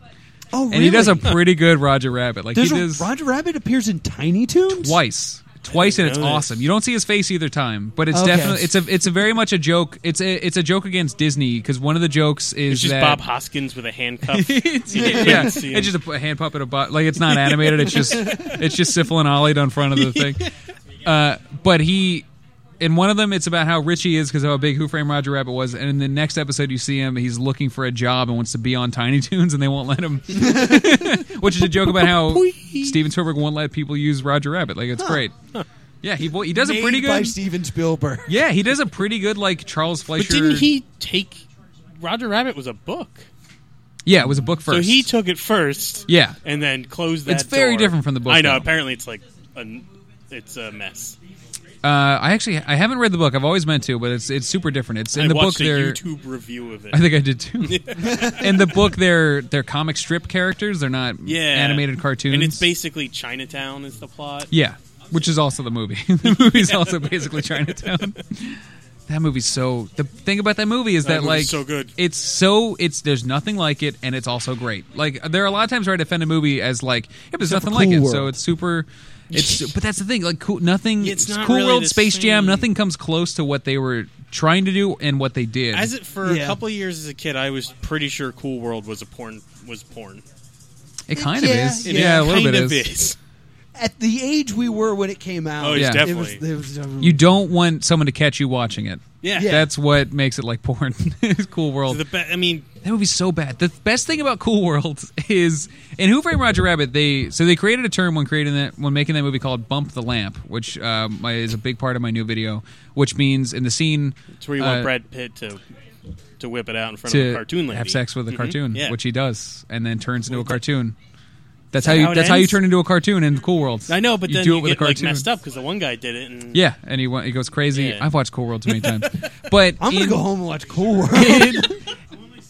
C: Oh,
E: and he does a
C: really?
E: pretty good Roger Rabbit. Like
C: There's
E: he
C: a-
E: does
C: Roger Rabbit appears in Tiny Toons.
E: twice. Twice and it's
D: know this.
E: awesome. You don't see his face either time, but it's
C: Okay.
E: definitely it's a it's a very much a joke. It's a it's a joke against Disney because one of the jokes is
D: It's just
E: that
D: Bob Hoskins with a handcuff.
E: it's,
D: You couldn't
E: yeah,
D: see
E: it's
D: him.
E: just a p- hand puppet of Bob. Like it's not animated. It's just it's just Syphil and Ollie done front of the thing. Uh, but he in one of them, it's about how rich he is because of how big Who Framed Roger Rabbit was. And in the next episode, you see him. He's looking for a job and wants to be on Tiny Toons, and they won't let him. Which is a joke about how Steven Spielberg won't let people use Roger Rabbit. Like it's great. Yeah, he vo- he does a pretty
C: Made by
E: good.
C: Steven Spielberg.
E: Yeah, he does a pretty good like Charles Fleischer.
D: But didn't he take Roger Rabbit was a book,
E: Yeah, it was a book first.
D: so he took it first.
E: Yeah.
D: and then closed that.
E: It's
D: door.
E: very different from the book,
D: I know.
E: though.
D: Apparently, it's like a, it's a mess.
E: Uh, I actually I haven't read the book. I've always meant to, but it's it's super different. It's in
D: I
E: the book
D: watched a
E: there.
D: YouTube review of it.
E: I think I did too. in the book, they're they're comic strip characters. They're not
D: yeah,
E: animated cartoons.
D: and it's basically Chinatown is the plot.
E: yeah, which is also the movie. the movie's also basically Chinatown. That movie's so. The thing about that movie is
D: That
E: that,
D: movie's
E: like,
D: so good.
E: It's so it's there's nothing like it, and it's also great. Like there are a lot of times where I defend a movie as like, yeah, but there's
C: Except for
E: nothing like
C: Cool
E: it, so
C: World.
E: it's super. It's but that's the thing, like cool, nothing.
D: It's not
E: cool
D: really
E: World
D: the
E: Space Jam.
D: same.
E: Nothing comes close to what they were trying to do and what they did.
D: As it for
C: Yeah.
D: a couple of years as a kid, I was pretty sure Cool World was a porn was porn.
E: it kind
C: yeah,
E: of is,
C: It
E: yeah, a little
D: kind
E: bit
D: of
E: is.
C: At the age we were when it came out,
D: Oh, it's
E: Yeah.
C: it was,
D: definitely.
C: it was, um,
E: You don't want someone to catch you watching it.
D: yeah.
C: Yeah.
E: That's what makes it like porn. It's cool World.
D: The be- I mean,
E: That would be so bad. The best thing about Cool World is in Who Framed Roger Rabbit. They so they created a term when creating that when making that movie called "bump the lamp," which um, my- is a big part of my new video. Which means in the scene,
D: it's where you
E: uh,
D: want Brad Pitt to to whip it out in front of
E: to
D: a cartoon lady.
E: have sex with a
D: Mhm.
E: cartoon,
D: Yeah.
E: which he does, and then turns into a
D: Well, that-
E: cartoon. That's
D: that
E: how you.
D: how it
E: that's how you
D: ends?
E: turn into a cartoon in Cool World.
D: I know, but
E: you
D: then
E: do
D: you
E: it with
D: get
E: a
D: like
E: cartoon.
D: messed up because the one guy did it. And
E: Yeah, and he went, he goes crazy.
D: Yeah.
E: I've watched Cool World too many times, but
C: I'm gonna
E: in-
C: go home and watch Cool World.
E: in,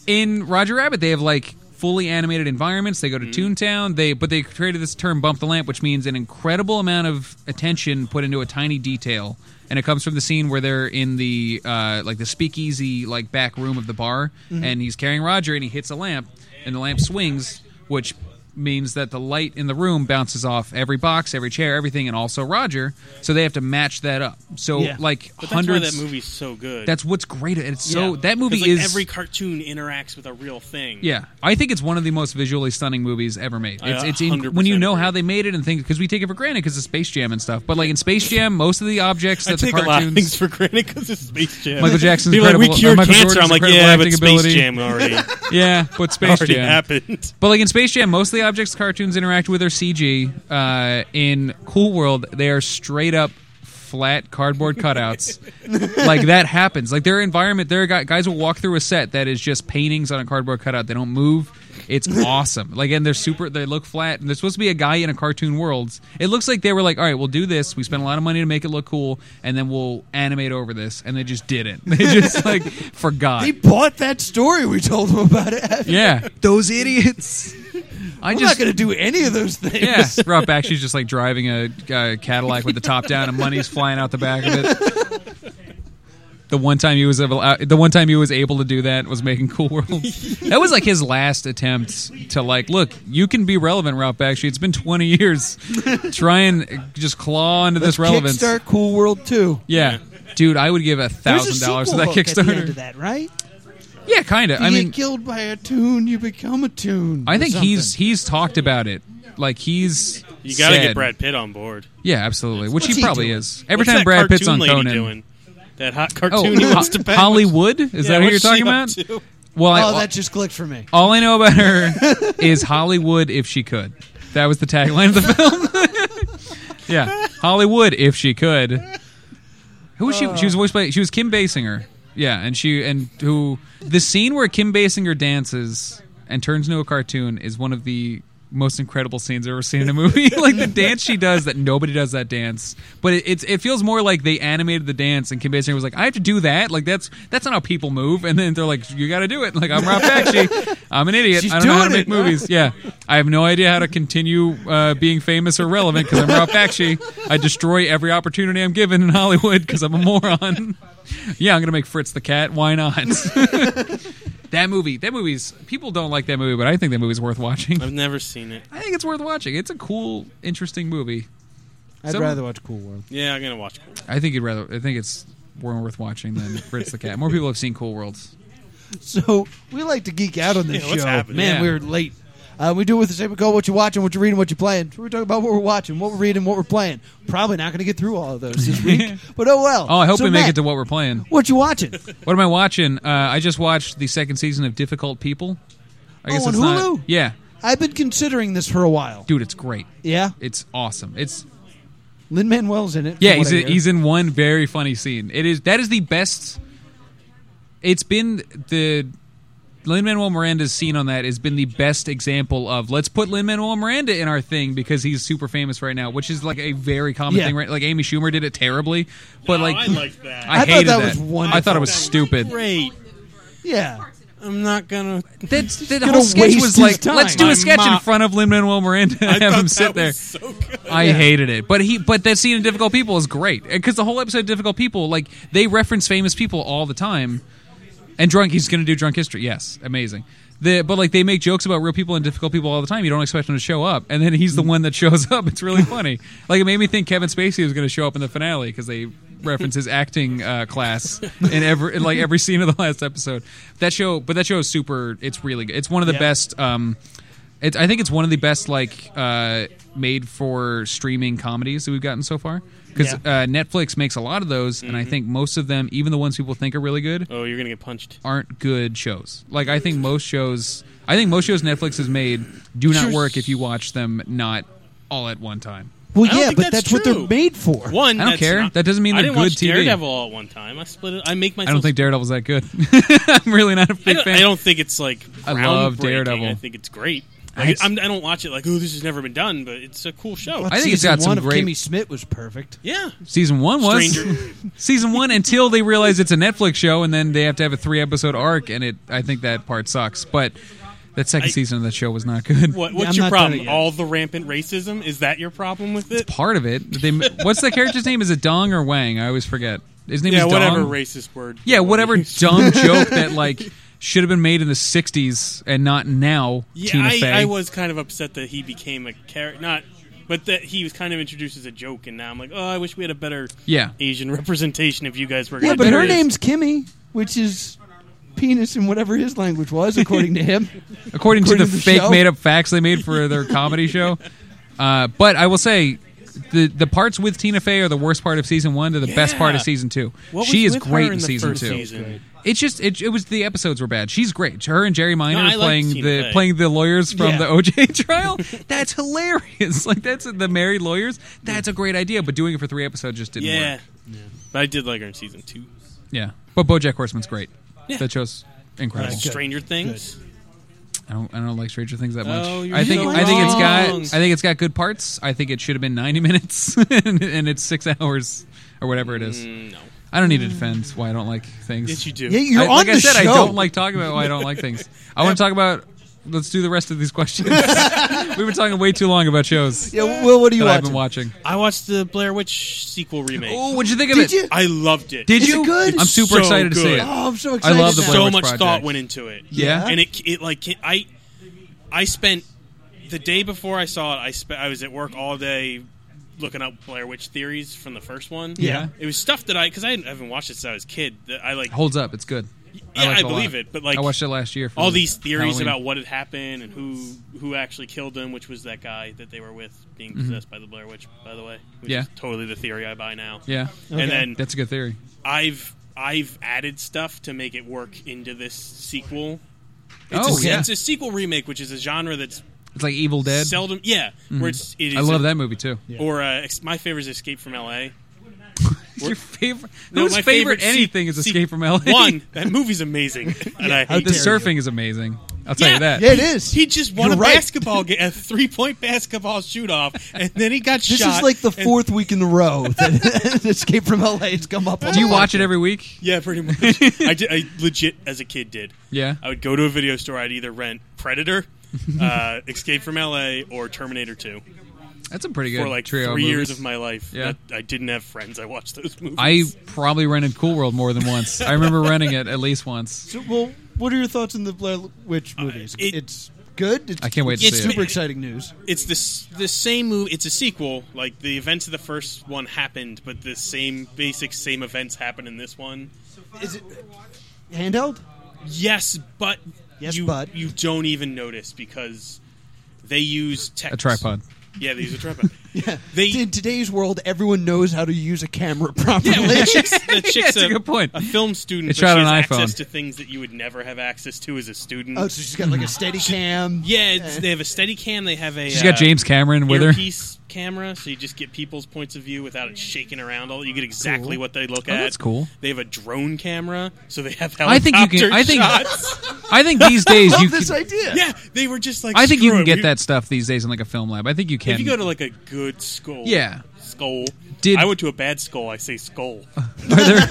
E: in Roger Rabbit, they have like fully animated environments. They go to
D: Mm-hmm.
E: Toontown. They but they created this term "bump the lamp," which means an incredible amount of attention put into a tiny detail, and it comes from the scene where they're in the uh, like the speakeasy like back room of the bar, and he's carrying Roger, and he hits a lamp, and the lamp swings, which means that the light in the room bounces off every box, every chair, everything, and also Roger. So they have to match that up. So
C: Yeah.
E: like
D: but that's
E: hundreds.
D: why that movie's so good.
E: that's what's great. It's
D: Yeah.
E: so that movie
D: 'Cause, like,
E: is
D: every cartoon interacts with a real thing.
E: yeah, I think it's one of the most visually stunning movies ever made.
D: I
E: It's, it's in,
D: 100%
E: when you know how
D: agree.
E: they made it and things because we take it for granted because of Space Jam and stuff. But like in Space Jam, most of the objects that
D: I take a
E: the
D: lot of things
E: cartoons,
D: for granted because of Space Jam.
E: Michael Jackson's
D: People are like, we
E: incredible-
D: cured
E: or Michael
D: cancer.
E: Jordan's
D: I'm like,
E: incredible
D: yeah, but
E: acting
D: Space
E: ability."
D: Jam already,
E: yeah, but Space
D: already
E: Jam.
D: happened.
E: But like in Space Jam, most of the objects cartoons interact with are CG. Uh, in Cool World, they are straight up flat cardboard cutouts. like that happens. Like their environment, their guy- guys will walk through a set that is just paintings on a cardboard cutout. They don't move. It's awesome. Like and they're super. They look flat. And they're supposed to be a guy in a cartoon world. It looks like they were like, all right, we'll do this. We spent a lot of money to make it look cool, and then we'll animate over this. And they just did it. They just like forgot.
C: they bought that story we told them about it.
E: yeah, those idiots. I
C: I'm not
E: just
C: gonna do any of those things.
E: yeah, Rob Bakshi's just like driving a, uh Cadillac with the top down and money's flying out the back of it. The one time he was able, uh, the one time he was able to do that was making Cool World. That was like his last attempt to like, look, you can be relevant, Rob Bakshi. It's been twenty years. Try and just claw into this relevance.
C: Kickstart Cool World Two.
E: Yeah, dude, I would give a
C: There's a
E: thousand dollars to
C: sequel
E: that
C: hook At the end
E: Kickstarter.
C: of that, right?
E: Yeah, kind of.
C: You
E: I mean,
C: get killed by a tune, you become a tune.
E: I
C: or
E: think
C: something.
E: he's he's talked about it. Like he's
D: You got to
E: said-
D: get Brad Pitt on board.
E: Yeah, absolutely. Which
C: What's
E: he
C: he
E: probably
C: doing?
E: is. Every
D: What's
E: time
D: that
E: Brad Pitt's
D: cartoon
E: on
D: lady
E: Conan.
D: doing? That hot
E: Oh,
D: cartoon he wants to
E: Ho-
D: bang.
E: Hollywood? Is
D: Yeah,
E: that what you're
D: what's
E: talking
D: she up
E: about?
D: to?
E: Well, I,
C: Oh, that just clicked for me.
E: all I know about her is Hollywood if she could. That was the tagline of the film. yeah, Hollywood if she could. Who was she?
C: Uh.
E: She was voiced by. She was Kim Basinger. Yeah, and she and who the scene where Kim Basinger dances and turns into a cartoon is one of the most incredible scenes I've ever seen in a movie. like the dance she does that nobody does that dance, but it, it's it feels more like they animated the dance and Kim Basinger was like, I have to do that. Like that's that's not how people move. And then they're like, you got to do it. Like I'm Rob Bakshi. I'm an idiot.
C: She's
E: I don't know how to
C: doing
E: make
C: it.
E: movies. Yeah, I have no idea how to continue uh, being famous or relevant because I'm Rob Bakshi. I destroy every opportunity I'm given in Hollywood because I'm a moron. yeah, I'm gonna make Fritz the cat. Why not? That movie, that movie's people don't like that movie, but I think that movie's worth watching.
D: I've never seen it.
E: I think it's worth watching. It's a cool, interesting movie.
C: I'd
E: Some-
C: rather watch Cool World.
D: Yeah, I'm gonna watch.
E: I think you'd rather. I think it's more worth watching than Fritz the Cat. More people have seen Cool Worlds.
C: So we like to geek out on this
D: Yeah, what's
C: show.
D: happening?
C: Man,
E: Yeah.
C: we're late. Uh, we do it with the segment called "What You Watching, What You Reading, What You Playing." So we're talking about what we're watching, what we're reading, what we're playing. Probably not going to get through all of those this week, but oh well.
E: Oh, I hope
C: So,
E: we make
C: Matt,
E: it to what we're playing.
C: What you watching?
E: What am I watching? Uh, I just watched the second season of Difficult People. I
C: Oh, on
E: it's not-
C: Hulu?
E: yeah,
C: I've been considering this for a while.
E: dude, it's great.
C: Yeah,
E: It's awesome. It's
C: Lin Manuel's in it.
E: Yeah, he's, he's in one very funny scene. It is that is the best. It's been the Lin Manuel Miranda's scene on that has been the best example of let's put Lin Manuel Miranda in our thing because he's super famous right now, which is like a very common
C: Yeah.
E: thing. Right, like Amy Schumer did it terribly, but like
D: I like that.
E: I,
C: I thought
E: hated
C: that was wonderful.
E: I thought it was
D: That
E: stupid.
D: Great.
C: yeah.
D: I'm not gonna.
E: That's, that
C: gonna
E: whole sketch
C: waste
E: was
C: his
E: like
C: time.
E: let's do
D: My
E: a sketch in
D: mop.
E: front of Lin Manuel Miranda and have
D: thought
E: him sit
D: that
E: there.
D: Was so good.
E: I hated it, but he but that scene in Difficult People is great because the whole episode of Difficult People, like they reference famous people all the time, and drunk he's going to do drunk history. Yes, amazing. The, but like they make jokes about real people and difficult people all the time. You don't expect them to show up, and then he's the one that shows up. It's really funny. Like it made me think Kevin Spacey was going to show up in the finale because they reference his acting uh, class in every in, like every scene of the last episode. That show, but that show is super. It's really good. It's one of the
C: Yeah.
E: best. Um, it's, I think it's one of the best like uh, made for streaming comedies that we've gotten so far because
C: Yeah. Mm-hmm.
E: uh, Netflix makes a lot of those, and I think most of them, even the ones people think are really good,
D: Oh, you're gonna get punched.
E: aren't good shows. Like I think most shows, I think most shows Netflix has made do not work if you watch them not all at one time.
C: Well,
D: I don't
C: yeah,
D: think
C: but that's,
D: that's
C: what they're
D: true.
C: made for.
D: One.
E: I don't
D: that's
E: care.
D: Not,
E: That doesn't mean
D: I
E: they're
D: didn't
E: good
D: watch
E: TV.
D: Daredevil all at one time. I split it. I make myself.
E: I don't think Daredevil's that good. I'm really not a
D: I
E: big
D: don't,
E: fan.
D: I don't think it's like.
E: I love
D: groundbreaking.
E: Daredevil.
D: I think it's great.
E: I-
D: Like, I, I'm, I don't watch it like, oh, this has never been done, but it's a cool show.
C: Well,
E: I think it's
C: season
E: got some
C: one of
E: great-
C: Kimmy Schmidt was perfect.
D: Yeah.
E: Season one was
D: Stranger.
E: season one until they realize it's a Netflix show, and then they have to have a three episode arc, and it. I think that part sucks, but. That second
D: I-
E: season of that show was not good.
D: What,
C: I'm
D: what's
C: not
D: your
C: done it
D: problem?
C: yet.
D: All the rampant racism? Is that your problem with it?
E: Part of it. They, what's the character's name? Is it Dong or Wang? I always forget. His name
D: Yeah,
E: is
D: whatever
E: Dong.
D: racist word.
E: Yeah, whatever dumb joke that like should have been made in the '60s and not now.
D: Yeah,
E: Tina
D: I,
E: Fey.
D: I was kind of upset that he became a character, not, but that he was kind of introduced as a joke, and now I'm like, oh, I wish we had a better
E: Yeah.
D: Asian representation if you guys were.
C: Yeah,
D: gonna
C: but
D: do
C: her
D: this.
C: name's Kimmy, which is penis in whatever his language was, according to him. According
E: according, to the,
C: to the
E: fake
C: show.
E: made-up facts they made for their comedy show. Uh, but I will say, the the parts with Tina Fey are the worst part of season one. They're the best part of
D: Yeah.
E: season two.
D: What was
E: she is
D: with her
E: great
D: in
E: in
D: the
E: season
D: first
E: two.
D: season?
E: It's just it, it was the episodes were bad. She's great. Her and Jerry Minor
D: No, I
E: are
D: liked
E: playing
D: Tina
E: the
D: Fey.
E: playing the lawyers from
C: Yeah.
E: the OJ trial. That's hilarious. Like that's the married lawyers. That's a great idea. But doing it for three episodes just didn't
D: Yeah.
E: work.
D: But I did like her in season two.
E: Yeah. But BoJack Horseman's great. That show's
D: Uh,
E: incredible.
D: Stranger Things.
E: I don't, I don't like Stranger Things that much.
D: Oh, you're
E: I think
D: so
E: I think it's
D: wrong.
E: got I think it's got good parts. I think it should have been 90 minutes and, and it's 6 hours or whatever it is.
D: Mm, no.
E: I don't need to defend why I don't like things.
D: Yes, you do.
C: Yeah, you're
E: I,
C: on
E: like
C: the
E: I said
C: show.
E: I don't like talking about why I don't like things. I want to talk about let's do the rest of these questions. We've been talking way too long about shows
C: Yeah, Will, what are you
E: that I've
C: watching?
E: been watching.
D: I watched the Blair Witch sequel remake.
E: Oh, what'd you think of
C: Did
E: it?
C: you?
D: I loved it.
E: Did
C: Is it
E: you?
C: good?
E: I'm super
D: So
E: excited to see
D: good.
E: it.
C: Oh, I'm so
E: I
C: excited.
E: love the
C: now.
E: Blair
D: so
E: Witch
D: much
E: Project.
D: thought went into it.
E: Yeah?
D: and it it like I I spent the day before I saw it. I spent I was at work all day looking up Blair Witch theories from the first one.
E: Yeah.
D: it was stuff that I because I, hadn't- I haven't watched it since I was a kid. That I like.
E: Holds up. It's good.
D: yeah,
E: liked
D: I
E: it a lot.
D: believe it, but like
E: I watched it last year. For
D: all these theories
E: Halloween.
D: about what had happened and who who actually killed them, which was that guy that they were with being possessed by the Blair Witch. By the way, which
E: Mm-hmm. Yeah.
D: is totally the theory I buy now.
E: Yeah.
C: Okay.
D: And then
E: That's a good theory.
D: I've I've added stuff to make it work into this sequel. It's
E: Oh,
D: a,
E: yeah.
D: it's a sequel remake, which is a genre that's
E: It's like Evil Dead. Mm-hmm.
D: seldom. Yeah, where it's it is.
E: I love
D: a-
E: that movie too.
D: Or uh, ex- my favorite is Escape from L.A.
E: Your favorite?
D: No,
E: whose
D: my
E: favorite,
D: se-
E: anything is
D: se-
E: Escape from LA?
D: One that movie's amazing, and I
E: uh, The
D: hate it.
E: surfing is amazing. I'll tell you that.
C: Yeah, it is.
D: He just won
C: You're
D: a
C: right.
D: basketball game, a three point basketball shoot off, and then he got
C: This
D: shot.
C: is like the
D: and-
C: fourth week in a row that Escape from LA has come up. on
E: Do you
C: the
E: watch it
C: podcast.
E: every week?
D: Yeah, pretty much. I, did, I legit, as a kid, did.
E: Yeah.
D: I would go to a video store. I'd either rent Predator, uh, Escape from L.A., or Terminator 2
E: That's a pretty good
D: for like three
E: trio of
D: years
E: movies.
D: of my life.
E: Yeah.
D: That- I didn't have friends. I watched those movies.
E: I probably rented Cool World more than once. I remember renting it at least once.
C: So, well, what are your thoughts on the Blair Witch movies?
D: it-
C: it's good. It's,
E: Uh, I can't wait to
C: It's
E: see it.
C: super exciting news.
D: it's this the same movie. It's a sequel. Like the events of the first one happened, but the same basic same events happen in this one.
C: Is it handheld?
D: Yes, but
C: Yes,
D: you,
C: but.
D: you don't even notice because they use text.
E: A tripod.
D: Yeah, they use a tripod.
C: Yeah.
D: They-
C: In today's world, everyone knows how to use a camera properly.
D: Yeah, well, the chick's, the chick's
E: That's a good point.
D: A film student,
E: It's
D: but
E: shot
D: she
E: on
D: has
E: iPhone.
D: access to things that you would never have access to as a student.
C: oh, so she's got like a steady cam.
D: yeah, it's, they have a steady cam. They have a.
E: She's
D: uh,
E: got James Cameron with her.
D: earpiece camera, so you just get people's points of view without it shaking around. All you get exactly
C: Cool.
D: what they look
E: Oh,
D: at.
E: that's cool.
D: They have a drone camera, so they have
E: I
D: helicopter
E: think you can. I think.
D: shots.
E: I think these days
C: Love
E: you.
C: this
E: Can,
C: idea.
D: yeah, they were just like.
E: I think you
D: "Screw
E: can
D: it,
E: get
D: we-
E: that stuff these days in like a film lab. I think you can.
D: If you go to like a good school,
E: Yeah.
D: school.
E: Did-
D: I went to a bad school? I say school.
E: Are there,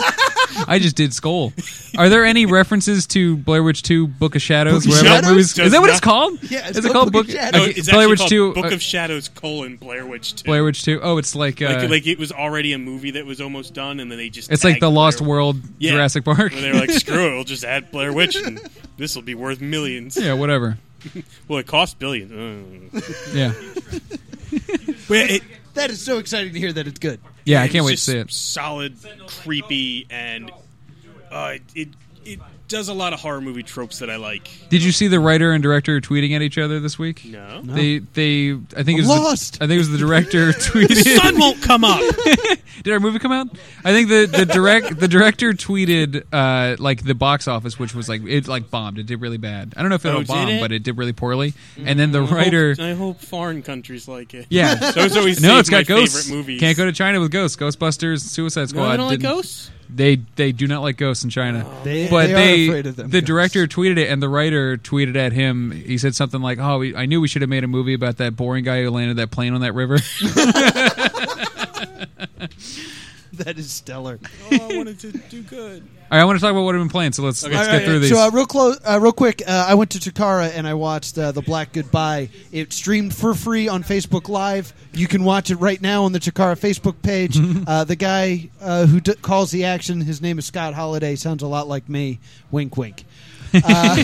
E: I just did Skull. Are there any references to Blair Witch Two: Book of Shadows?
C: Book of
E: wherever that
C: Shadows?
E: movie's- is
D: Does
E: that what it's
D: not-
E: called?
C: Yeah, it's
E: is it
C: called
E: called
C: Book
E: Book?
C: of Shadows.
D: No,
E: okay,
D: it's
E: Blair
D: actually
E: Witch
D: called
E: Two.
D: Book
E: uh,
D: of Shadows: colon Blair Witch Two.
E: Blair Witch Two. Oh, it's like, uh,
D: like, like it was already a movie that was almost done, and then they just
E: it's like
D: tagged
E: the
D: Blair
E: Lost
D: Witch.
E: World
D: Yeah.
E: Jurassic Park.
D: Where they were like, "Screw it, we'll just add Blair Witch, and this will be worth millions.
E: yeah, whatever.
D: Well, it cost billions. Mm.
E: Yeah,
D: But it,
C: That is so exciting to hear that it's good.
E: yeah. I
D: it's
E: can't wait to
D: just
E: see it.
D: Solid, creepy, and uh, it it does a lot of horror movie tropes that I like.
E: Did you see the writer and director tweeting at each other this week?
D: No,
E: They, they, I think it
C: I'm
E: was
C: lost.
E: The, I think it was the director tweeted.
D: sun won't come up.
E: Did our movie come out? I think the the direct the director tweeted uh, like the box office, which was like it like bombed. It did really bad. I don't know if
D: Oh,
E: it'll
D: did
E: bomb,
D: it?
E: but it did really poorly. And then the writer,
D: I hope foreign countries like it.
E: yeah,
D: Those always
E: no,
D: save
E: it's
D: my
E: got ghosts.
D: Favorite movies.
E: Can't go to China with ghosts. Ghostbusters, Suicide
D: No,
E: Squad.
D: I don't like
E: didn't-
D: ghosts.
E: They they do not like ghosts in China.
C: Oh. They,
E: But
C: they,
E: they,
C: are afraid of them.
E: the
C: guys.
E: director tweeted it, and the writer tweeted at him. He said something like, "Oh, we, I knew we should have made a movie about that boring guy who landed that plane on that river."
C: that is stellar.
D: Oh, I wanted to do good.
E: All right, I want to talk about what I've been playing, so let's let's
D: All
E: get
D: right,
E: through these.
C: So uh, real close, uh, real quick, uh, I went to Takara and I watched uh, the Black Goodbye. It streamed for free on Facebook Live. You can watch it right now on the Takara Facebook page. uh, the guy uh, who d- calls the action, his name is Scott Holiday. Sounds a lot like me. Wink, wink. Uh,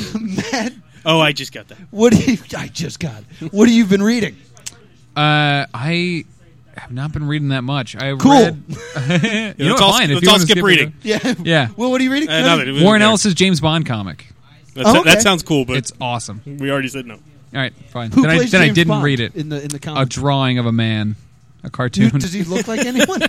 C: Matt,
D: Oh, I just got that.
C: what do you? I just got. it. What have you been reading?
E: Uh, I have not been reading that much. I
C: Cool.
E: read. you know,
D: let's
E: what,
D: all-
E: fine. if
D: let's
E: you
D: all
E: wanna
D: skip
E: it,
D: reading.
E: though.
C: Yeah.
E: Yeah.
C: Well, what are you reading?
D: Uh, nothing. Who
E: Warren
D: cares?
E: Ellis' James Bond comic.
D: That's-
C: Oh, okay.
D: That sounds cool, but
E: It's awesome. All
D: we already said no.
E: right, fine.
C: Who
E: then I,
C: plays
E: then I
C: James
E: didn't
C: Bond
E: read it.
C: in the in the
E: A
C: comic.
E: drawing of a man, a cartoon.
C: Dude, does he look like anyone?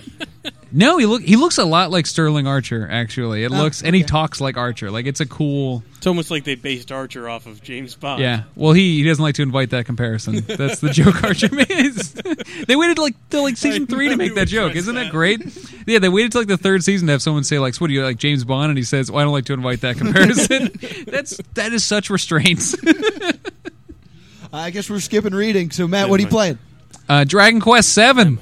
E: no, he look he looks a lot like Sterling Archer. Actually,
C: Oh,
E: it looks and he talks like Archer. Like it's a cool.
D: It's almost like they based Archer off of James Bond.
E: Yeah. Well, he, he doesn't like to invite that comparison. That's the joke Archer is. they waited like till like season
D: I
E: three to
D: know
E: make
D: you
E: that
D: would
E: joke.
D: try
E: Isn't that
D: that.
E: great? Yeah, they waited till like the third season to have someone say like, "So "What do you like, James Bond?" And he says, "Well, I don't like to invite that comparison." That's that is such restraints.
C: I guess we're skipping reading. So Matt, what are you playing?
E: Uh, Dragon Quest Seven.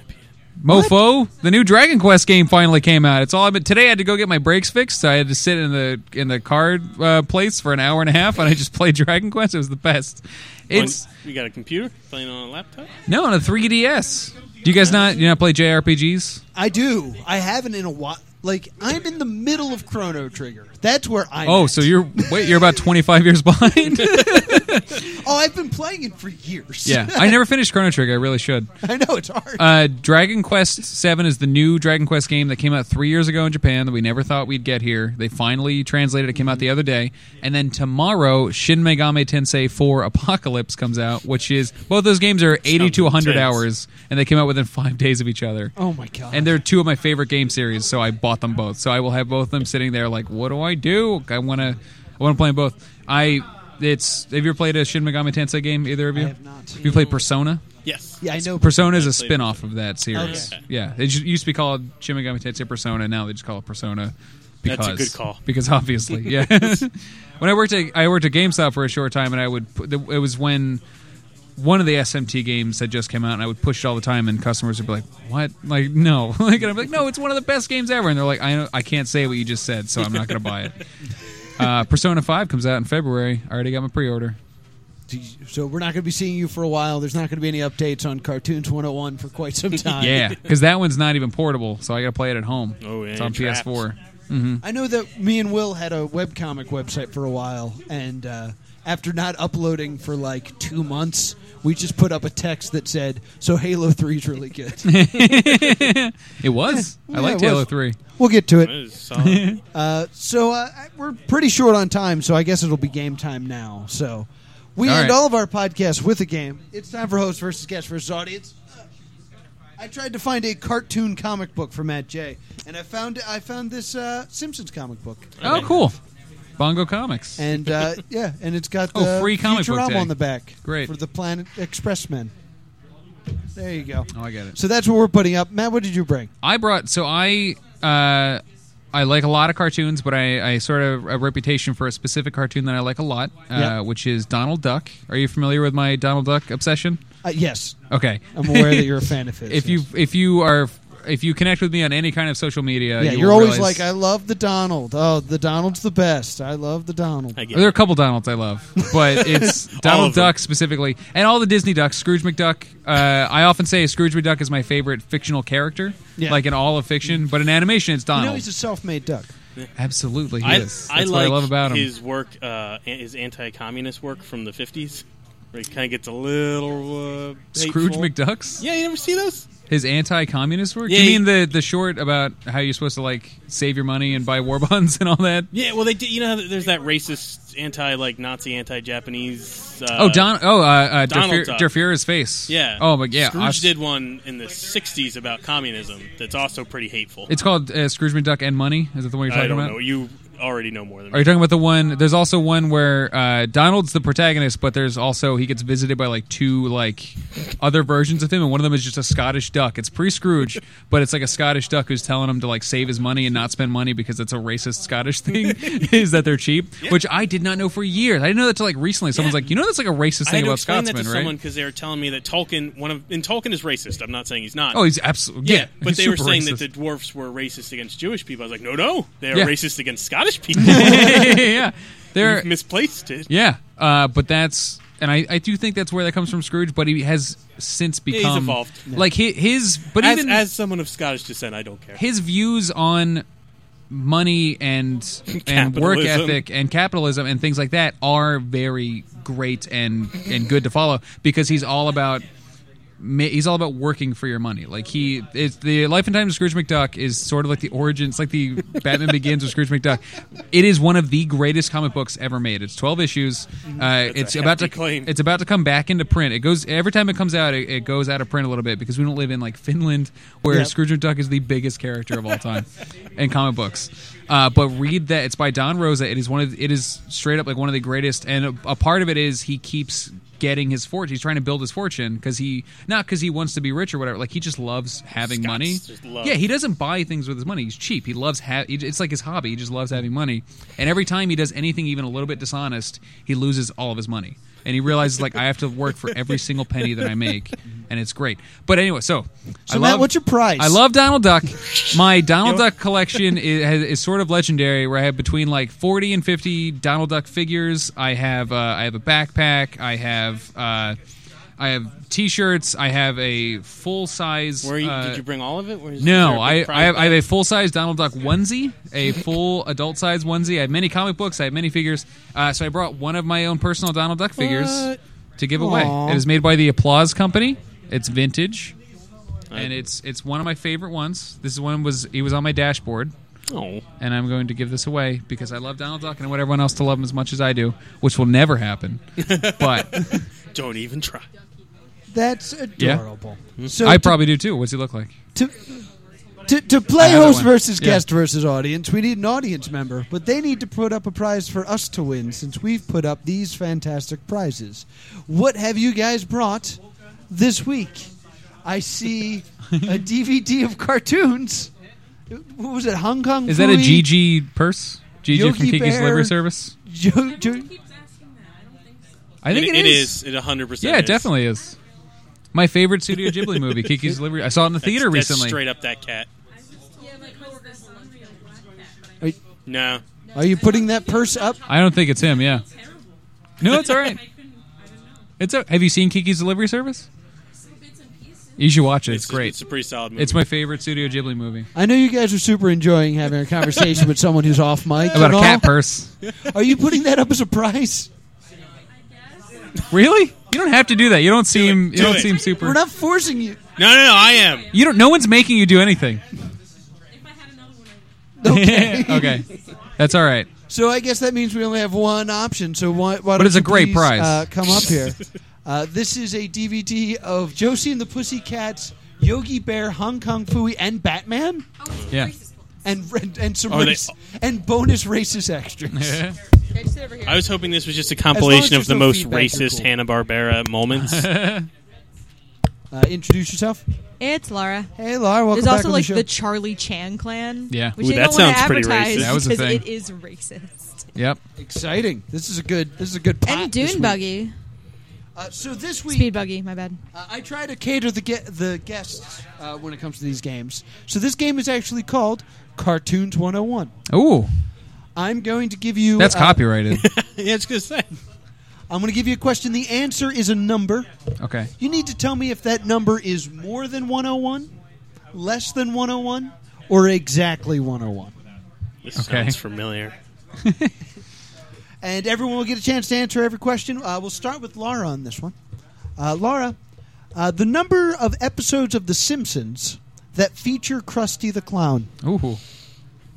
E: Mofo, the new Dragon Quest game finally came out. It's all I've been today. I had to go get my brakes fixed. I had to sit in the in the card uh, place for an hour and a half, and I just played Dragon Quest. It was the best. It's
D: On- we got a computer playing on a laptop.
E: No, on a 3DS. Do you guys not you not play JRPGs?
C: I do. I haven't in a while. Like I'm in the middle of Chrono Trigger. That's where I.
E: Oh, so you're wait, you're about 25 years behind.
C: Oh, I've been playing it for years.
E: yeah, I never finished Chrono Trigger. I really should.
C: I know it's hard.
E: Uh, Dragon Quest Seven is the new Dragon Quest game that came out three years ago in Japan that we never thought we'd get here. They finally translated it. Came out the other day, and then tomorrow Shin Megami Tensei 4 Apocalypse comes out, which is both those games are 80 to 100
D: intense.
E: hours, and they came out within five days of each other.
C: oh my god.
E: And they're two of my favorite game series, so I bought them both. So I will have both of them sitting there, like, what do I do? I want to, I want to play them both. I, it's. Have you ever played a Shin Megami Tensei game? Either of you?
C: have not.
E: Have you played Persona?
D: Yes.
C: yeah, I know.
E: Persona is a spin-off of that series.
C: Okay.
E: Yeah, it ju- used to be called Shin Megami Tensei Persona. Now they just call it Persona. Because,
D: That's a good call.
E: Because obviously, yeah. when I worked at I worked at GameStop for a short time, and I would put, it was when one of the SMT games had just come out, and I would push it all the time, and customers would be like, "What? Like no?" Like and I'm like, "No, it's one of the best games ever," and they're like, "I know, I can't say what you just said, so I'm not going to buy it." Uh, Persona Five comes out in February. I already got my pre-order.
C: So we're not going to be seeing you for a while. There's not going to be any updates on Cartoons 101 for quite some time.
E: Yeah, because that one's not even portable, so I got to play it at home.
D: Oh, yeah,
E: it's on
D: you're trapped.
E: PS4.
C: I know that me and Will had a webcomic website for a while, and uh, after not uploading for like two months, we just put up a text that said, So Halo 3 is really good.
E: It was.
C: Yeah,
E: I liked
C: it was.
E: Halo Three.
C: we'll get to
D: That
C: it.
D: is solid.
C: Uh, so uh, I- we're pretty short on time, so I guess it'll be game time now. So we
E: All
C: end
E: right.
C: all of our podcasts with a game. It's time for host versus guest versus audience. I tried to find a cartoon comic book for Matt J, and I found I found this uh, Simpsons comic book.
E: Oh, cool. Bongo Comics.
C: and uh, yeah, and it's got
E: Oh,
C: the
E: free comic book
C: Futurama
E: day.
C: on the back.
E: Great.
C: for the Planet Expressmen. There you go.
E: oh, I get it.
C: So that's what we're putting up. Matt, what did you bring?
E: I brought so I uh, I like a lot of cartoons, but I, I sort of have a reputation for a specific cartoon that I like a lot, uh,
C: Yeah.
E: which is Donald Duck. Are you familiar with my Donald Duck obsession?
C: Uh, yes,
E: Okay,
C: I'm aware that you're a fan of his.
E: if you
C: yes.
E: if you are if you connect with me on any kind of social media,
C: yeah,
E: you
C: you're
E: will
C: always
E: realize-
C: like, I love the Donald. Oh, the Donald's the best. I love the Donald.
D: I get
E: There are a
D: it.
E: couple Donalds I love, but it's Donald
D: of them.
E: Duck specifically, and all the Disney ducks. Scrooge McDuck. Uh, I often say Scrooge McDuck is my favorite fictional character,
C: Yeah.
E: like in all of fiction. But in animation, it's
C: you
E: Donald.
C: know he's a self-made duck.
E: Absolutely, he
D: I,
E: is. That's
D: I
E: what
D: like
E: I love about him.
D: his work, uh, an- his anti-communist work from the '50s, where he kind of gets a little uh,
E: Scrooge
D: hateful.
E: McDucks.
D: Yeah, you never see those?
E: His anti-communist work.
D: Yeah,
E: you
D: he-
E: mean the the short about how you're supposed to like save your money and buy war bonds and all that?
D: Yeah, well, they did. You know, how there's that racist anti, like Nazi anti-Japanese. Uh,
E: oh, Don. Oh, uh, uh,
D: Donald
E: Derfir,
D: Duck.
E: Derfira's face.
D: Yeah.
E: Oh, but yeah,
D: Scrooge
E: I've-
D: did one in the '60s about communism. That's also pretty hateful.
E: It's called uh, Scrooge McDuck and Money. Is that the one you're talking
D: I don't
E: about?
D: know. You already know more than
E: Are
D: me.
E: you talking about the one? There's also one where uh, Donald's the protagonist, but there's also he gets visited by like two like other versions of him, and one of them is just a Scottish duck. It's pre Scrooge, but it's like a Scottish duck who's telling him to like save his money and not spend money because it's a racist Scottish thing is that they're cheap, which I did not know for years. I didn't know that till like recently. Someone's like, you know, that's like a racist
D: I had
E: thing
D: to
E: about
D: explain
E: Scotsmen,
D: that to
E: right?
D: someone because they were telling me that Tolkien, one of, and Tolkien is racist. I'm not saying he's not.
E: Oh, he's absolutely yeah,
D: but
E: he's
D: they were
E: super
D: saying
E: racist.
D: that the dwarfs were racist against Jewish people. I was like, no, no, they are
E: Yeah.
D: racist against Scottish people.
E: yeah, they're
D: You've misplaced it.
E: Yeah, uh, but that's and I, I do think that's where that comes from Scrooge, but he has since become
D: evolved.
E: Like hi- his, but
D: As,
E: even
D: as someone of Scottish descent, I don't care.
E: his views on money and and work
D: Capitalism.
E: ethic and capitalism and things like that are very great and and good to follow because he's all about ma- he's all about working for your money. Like he, it's the Life and Times of Scrooge McDuck is sort of like the origin. It's like the Batman Begins of Scrooge McDuck. It is one of the greatest comic books ever made. It's twelve issues. Uh, it's
D: Mm-hmm. a
E: about to
D: hefty claim.
E: it's about to come back into print. It goes every time it comes out, it, it goes out of print a little bit because we don't live in like Finland where
C: Yep.
E: Scrooge McDuck is the biggest character of all time in comic books. Uh, but read that it's by Don Rosa. It is one of it is straight up like one of the greatest. And a, a part of it is he keeps getting his fortune. He's trying to build his fortune because he not because he wants to be rich or whatever. Like he just loves having
D: Scots
E: money.
D: just love-
E: Yeah, he doesn't buy things with his money. He's cheap. He loves ha- he- it's like his hobby. He just loves having money. And every time he does anything even a little bit dishonest, he loses all of his money. And he realizes like I have to work for every single penny that I make, and it's great. But anyway, so
C: So
E: I
C: Matt,
E: love,
C: what's your price?
E: I love Donald Duck. My Donald Duck collection is, has- is sort of legendary. Where I have between like forty and fifty Donald Duck figures. I have uh, I have a backpack. I have uh, I have T-shirts. I have a full size.
D: Where you, did you bring all of it? Where is- is
E: uh, No,
D: there a
E: I,
D: big
E: I, have, I
D: prize
E: have a full size Donald Duck onesie, a full adult size onesie. I have many comic books. I have many figures. Uh, so I brought one of my own personal Donald Duck figures
D: What?
E: to give
C: Aw.
E: away. It is made by the Applause Company. It's vintage, and
D: I-
E: it's it's one of my favorite ones. This one was it was on my dashboard,
D: Oh.
E: and I'm going to give this away because I love Donald Duck and I want everyone else to love him as much as I do, which will never happen. But
D: Don't even try.
C: That's
E: Yeah. Hmm?
C: adorable. So
E: I
C: to-
E: probably do too. What's he look like?
C: to. To, to play
E: I have that
C: host
E: one.
C: versus
E: Yeah.
C: guest versus audience, we need an audience member, but they need to put up a prize for us to win since we've put up these fantastic prizes. What have you guys brought this week? I see a DVD of cartoons What was it? Hong Kong.
E: Is that a
C: Fooey?
E: Gigi purse? Gigi
C: Yogi
E: from Kiki's
C: Bear.
E: Delivery Service?
C: Jo- jo-
F: Everyone keeps asking that. I don't think so.
E: I think
D: it is. It 100%.
E: Yeah,
D: is.
E: it definitely is. My favorite Studio Ghibli movie, Kiki's Delivery. I saw it in the
D: That's-
E: theater
D: that's
E: recently.
D: Straight up that cat.
F: I was told yeah, my coworker's son was a black cat, but I
C: Are-
D: No.
C: Are you putting that purse up?
E: I don't think it's him. Yeah.
F: terrible.
E: No, it's all right.
F: I couldn't. I don't know.
E: It's a, have you seen Kiki's Delivery Service?
F: Some bits and pieces.
E: You should watch it. It's, great.
D: It's a pretty solid movie.
E: It's my favorite Studio Ghibli movie
C: I know you guys are super enjoying having a conversation with someone who's off mic.
E: about
C: and
E: a
C: all.
E: cat purse.
C: Are you putting that up as a price?
E: Really? You don't have to do that. You don't seem.
D: Do
E: you don't
D: it.
E: seem
C: We're
E: super.
C: not forcing you.
D: No, no, no. I am.
E: You don't. No one's making you do anything.
F: If I had another one, I would.
C: Okay.
E: okay. That's all right.
C: So I guess that means we only have one option. So why, why don't
E: it's a
C: you
E: great
C: please,
E: prize.
C: Uh, come up here. Uh, this is a DVD of Josie and the Pussycats, Yogi Bear, Hong Kong Fooey, and Batman,
F: Oh, it's
E: Yeah.
F: racist.
C: and and, and some
D: Are they-
C: race, and bonus racist extras.
F: Okay, sit over here.
D: I was hoping this was just a
C: as
D: compilation
C: there's
D: of the
C: no
D: most
C: feedback, you're
D: racist
C: cool.
D: Hanna Barbera moments.
C: uh, introduce yourself.
G: It's Laura.
C: Hey, Laura, welcome
G: There's
C: back
G: also
C: on
G: like
C: the show.
G: the Charlie Chan clan.
E: Yeah.
G: which
D: Ooh,
G: they
D: that
G: don't want
D: sounds
G: to
D: pretty
G: advertise
D: racist.
E: That was a
G: because
E: thing.
G: it is racist.
E: Yep.
C: Exciting. This is a good. This is a good. pot
G: and
C: this
G: Dune
C: week.
G: Buggy,
C: Uh, so this week,
G: Speed Buggy. My bad.
C: Uh, I try to cater the ge- the guests uh, when it comes to these games. So this game is actually called Cartoons 101.
E: Ooh,
C: I'm going to give you
E: that's
C: uh,
E: copyrighted.
D: yeah, it's good say.
C: I'm going to give you a question. The answer is a number.
E: Okay.
C: You need to tell me if that number is more than 101, less than 101, or exactly 101.
D: This
E: Okay.
D: sounds familiar.
C: And everyone will get a chance to answer every question. Uh, we'll start with Laura on this one. Uh, Laura, uh, the number of episodes of The Simpsons that feature Krusty the Clown.
E: Ooh.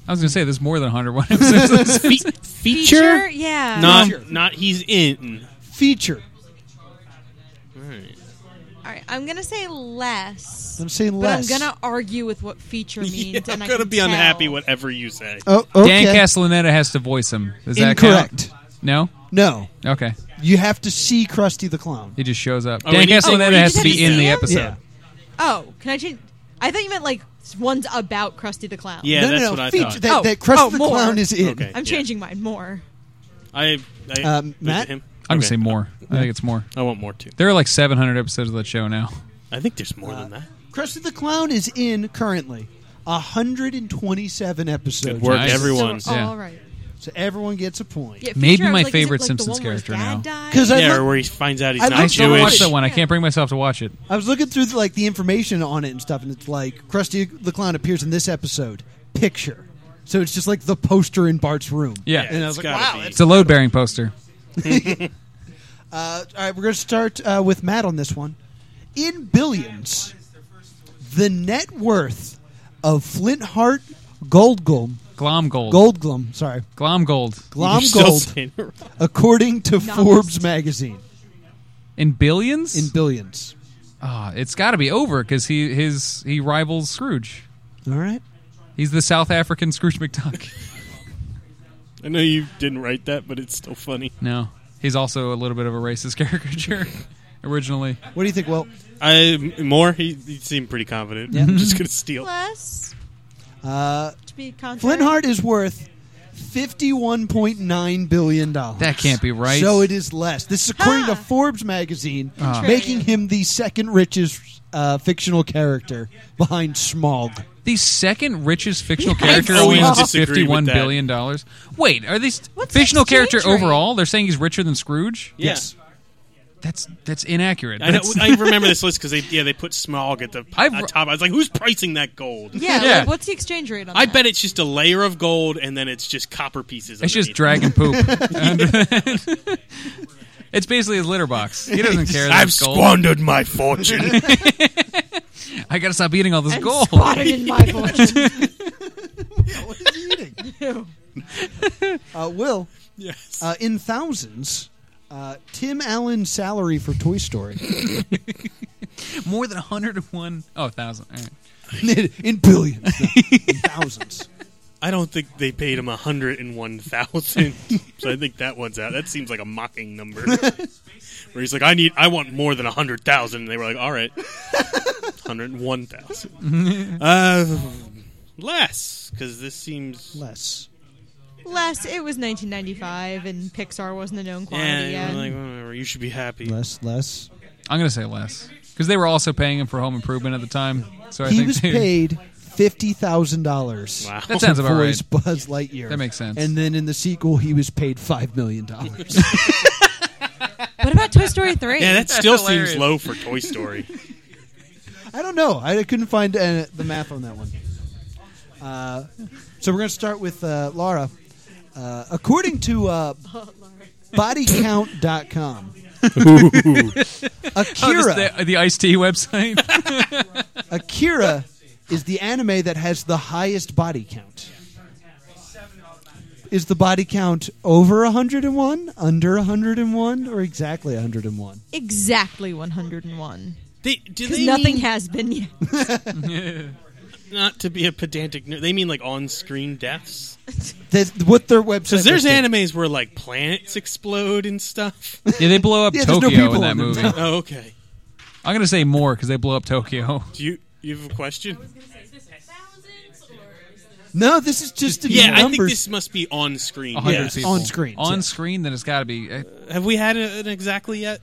E: I was gonna say there's more than 101 episodes. of The Simpsons.
G: Feature, yeah.
D: Not,
C: Sure.
D: not he's in.
C: Feature.
G: All right, I'm gonna say less.
C: I'm saying
G: But I'm
C: less.
G: gonna argue with what feature means.
D: Yeah, I'm
G: and I
D: gonna
G: can
D: be
G: tell.
D: unhappy whatever you say.
C: Oh, okay.
E: Dan Castellaneta has to voice him. Is that
C: Incorrect.
E: count? No.
C: No,
E: Okay.
C: you have to see Krusty the Clown.
E: He just shows up.
D: Oh,
E: Dan
D: we need- oh,
E: Castellaneta
D: we
E: has
D: just
E: to
D: have
E: be
D: to
E: in
D: see
E: the
G: him?
E: episode.
C: Yeah.
G: Oh, can I change? I thought you meant like one's about Krusty the Clown.
D: Yeah,
C: no,
D: that's
C: no, no.
D: what I
C: feature,
D: thought.
C: That,
G: Oh,
C: that Krusty
G: oh,
C: the
G: more.
C: Clown is in.
D: Okay.
G: I'm
D: yeah.
G: changing mine more.
D: I, I
C: Um,
D: was it
C: Matt?
D: him?
E: I'm gonna
D: Okay.
E: say more. I think it's more.
D: I want more too.
E: There are like 700 episodes of that show now.
D: I think there's more than that.
C: Krusty the Clown is in currently 127 episodes.
D: Good work,
E: Nice.
D: everyone.
G: So,
E: Yeah.
G: Oh, All right.
C: So everyone gets a point.
G: Yeah,
E: Maybe
G: feature,
E: my
G: I was like, is it,
E: favorite
G: like, the
E: Simpsons
G: one where his
E: character
G: dad
E: now.
G: died?
C: Because I,
D: yeah,
C: look-
D: where he finds out he's
C: I
D: not
E: I
C: love
E: still
D: Jewish.
E: don't watch that one. I can't bring myself to watch it.
C: I was looking through the, like the information on it and stuff, and it's like Krusty the Clown appears in this episode. Picture. So it's just like the poster in Bart's room.
E: Yeah.
D: Yeah, it's gotta be.
E: It's a load bearing poster.
C: Uh, all right, we're going to start uh, with Matt on this one. In billions, the net worth of Flint Hart Goldglum,
E: Glom Gold.
C: Goldglum, sorry,
E: Glom Gold.
C: Glom
D: You're still
C: Gold,
D: saying it wrong.
C: according to
G: Not
C: Forbes
G: listed.
C: magazine,
E: In billions?
C: in billions.
E: Ah, it's got to be over because he his he rivals Scrooge.
C: All right.
E: He's the South African Scrooge McDuck.
D: I know you didn't write that, but it's still funny.
E: no, he's also a little bit of a racist caricature originally.
C: What do you think? Well,
D: I more. He, he seemed pretty confident.
C: Yeah.
D: I'm just gonna steal.
G: Plus,
C: uh,
G: to be contrary.
C: Flint Hart is worth $51.9 billion.
E: That can't be right.
C: So it is less. This is according to
G: Ha!
C: Forbes magazine,
E: Ah.
C: making him the second richest uh, fictional character behind Smog.
E: the second richest fictional
G: Yeah, I
E: character
D: always
E: owns
D: disagree with
E: fifty one
D: that.
E: billion dollars. Wait, are these
G: What's
E: fictional
G: that exchange
E: character
G: rate?
E: overall? They're saying he's richer than Scrooge.
D: Yeah.
C: Yes.
E: That's that's inaccurate.
D: I, know,
E: That's-
D: I remember this list because they yeah they put Smog at the
E: I've-
D: on top. I was like, who's pricing that gold?
G: Yeah,
E: Yeah.
G: Like, what's the exchange rate on
D: I
G: that?
D: bet it's just a layer of gold and then it's just copper pieces.
E: it's just
D: underneath.
E: dragon poop. And- it's basically his litter box. He doesn't care. That it's gold.
D: my fortune.
E: I gotta stop eating all this
G: And
E: gold.
G: Squatted in my fortune.
C: What is he eating? Uh, Will,
D: yes.
C: uh, in thousands, uh, Tim Allen's salary for Toy Story
E: More than 101. Oh, 1,000. All right.
C: in billions, no, in thousands.
D: I don't think they paid him a hundred and one thousand. so I think that one's out. That seems like a mocking number. Where he's like, I need, I want more than a hundred thousand, and they were like, all right, hundred and one thousand. uh, less because this seems
C: Less.
G: Less, it was 1995, and Pixar wasn't a known
D: yeah,
G: quantity
D: you're
G: yet.
D: like whatever. You should be happy.
C: Less, less.
E: I'm gonna say less because they were also paying him for Home Improvement at the time. So I
C: he
E: think
C: was
E: they-
C: paid fifty thousand dollars.
D: Wow.
E: That sounds about right.
C: voice Buzz Lightyear.
E: That makes sense.
C: And then in the sequel, he was paid five million dollars.
G: What about Toy Story 3?
D: Yeah, that still
E: hilarious.
D: seems low for Toy Story.
C: I don't know. I couldn't find uh, the math on that one. Uh, so we're going to start with uh, Laura. Uh, according to uh, bodycount.com,
E: Oh, this-
C: Akira,
E: the, the Ice Tea website.
C: Akira is the anime that has the highest body count. Is the body count over 101, under 101, or exactly 101?
G: Exactly 101.
D: They, do
G: Because
D: they
G: nothing
D: mean,
G: has been yet.
D: not to be a pedantic. ner- They mean like on-screen deaths.
C: That's what their website
D: Because there's
C: listed.
D: animes where like planets explode and stuff.
E: yeah, they blow up
C: Yeah, there's no
E: Tokyo
C: people
E: in that
C: on them.
E: movie.
D: oh, okay.
E: I'm gonna say more because they blow up Tokyo.
D: Do you you have a question?
F: Is this thousands or is this
C: No, this is just the
D: Yeah, I
C: numbers.
D: think this must be on screen.
E: 100
D: yes.
E: people.
C: On screen,
E: On
C: yeah.
E: screen, then it's got to be. I,
D: Have we had a, an exactly yet?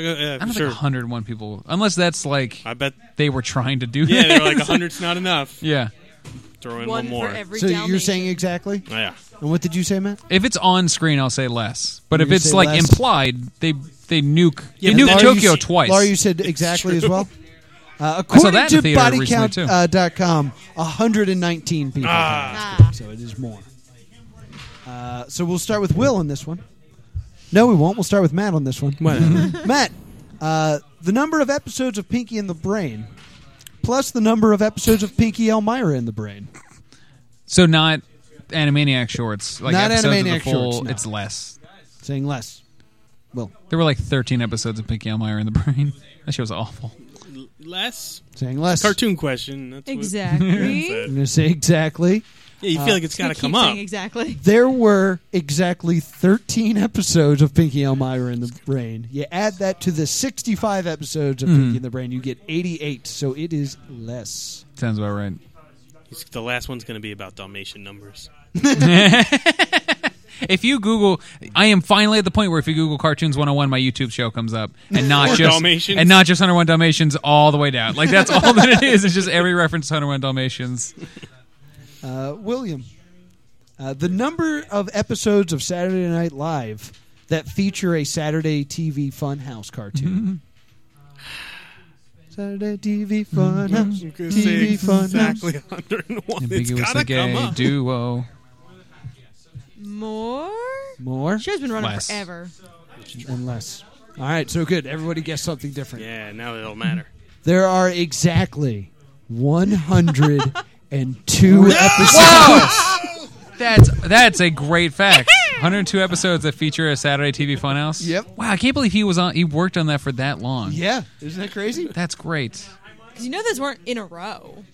D: Uh, uh,
E: I don't
D: sure.
E: think 101 people, unless that's like
D: I bet.
E: they were trying to do.
D: Yeah, they're like
E: this.
D: 100's not enough.
E: Yeah,
D: Throw in
G: One
D: one, more.
G: for every
C: So you're
G: Dalmatian.
C: saying exactly?
D: Oh, yeah.
C: And what did you say, Matt?
E: if it's on screen, I'll say less. But if
C: You
E: it's
C: say
E: like
C: less?
E: implied, they they nuke
D: Yeah, but
E: they nuke
D: Laura, you
E: Tokyo
D: see-
E: twice.
C: Laura, you said exactly as
D: true.
C: well. Uh, according
E: that
C: to
E: in the theater recently, too.
C: bodycount.com, uh, dot com, 119 people. died.
G: Ah.
C: So it is more. Uh, so we'll start with Will on this one. No, we won't. We'll start with Matt on this one. Matt, uh, the number of episodes of Pinky in the Brain plus the number of episodes of Pinky Elmira in the Brain.
E: so not Animaniac shorts. Like
C: Not
E: episodes
C: Animaniac
E: of the full,
C: shorts, no.
E: It's less.
C: Saying less. Will.
E: There were like 13 episodes of Pinky Elmire in the Brain. That shit was awful.
D: Less
C: Saying less.
D: cartoon question. That's what-
G: Exactly.
D: Yeah,
C: I'm going to say exactly.
D: you feel like it's got
G: You
D: to
G: keep
D: come
G: saying
D: up.
G: Exactly.
C: There were exactly 13 episodes of Pinky Elmira in the Brain. You add that to the 65 episodes of Pinky in the Brain, you get 88. So it is less.
E: Sounds about right.
D: It's- The last one's going to be about Dalmatian numbers.
E: If you Google, I am finally at the point where if you Google cartoons 101, my YouTube show comes up, and not
D: Or
E: just
D: Dalmatians.
E: and not just 101 Dalmatians all the way down. Like that's all that it is. It's just every reference to 101 Dalmatians.
C: Uh, William, uh, the number of episodes of Saturday Night Live that feature a Saturday TV Funhouse cartoon. Saturday TV Funhouse.
D: Mm-hmm.
C: TV Funhouse.
D: exactly 101. It's
E: Ambiguous
D: got to come
E: gay
D: up.
E: duo.
G: More?
C: More
G: Show's been running
E: Less.
G: forever.
C: and less. All right, so good. Everybody guessed something different.
D: Yeah, now it'll matter.
C: There are exactly 102 episodes.
E: That's that's a great fact. 102 episodes that feature a Saturday TV Funhouse.
C: Yep.
E: Wow, I can't believe he was on. He worked on that for that long.
C: Yeah, isn't that crazy?
E: That's great.
G: 'Cause you know those weren't in a row.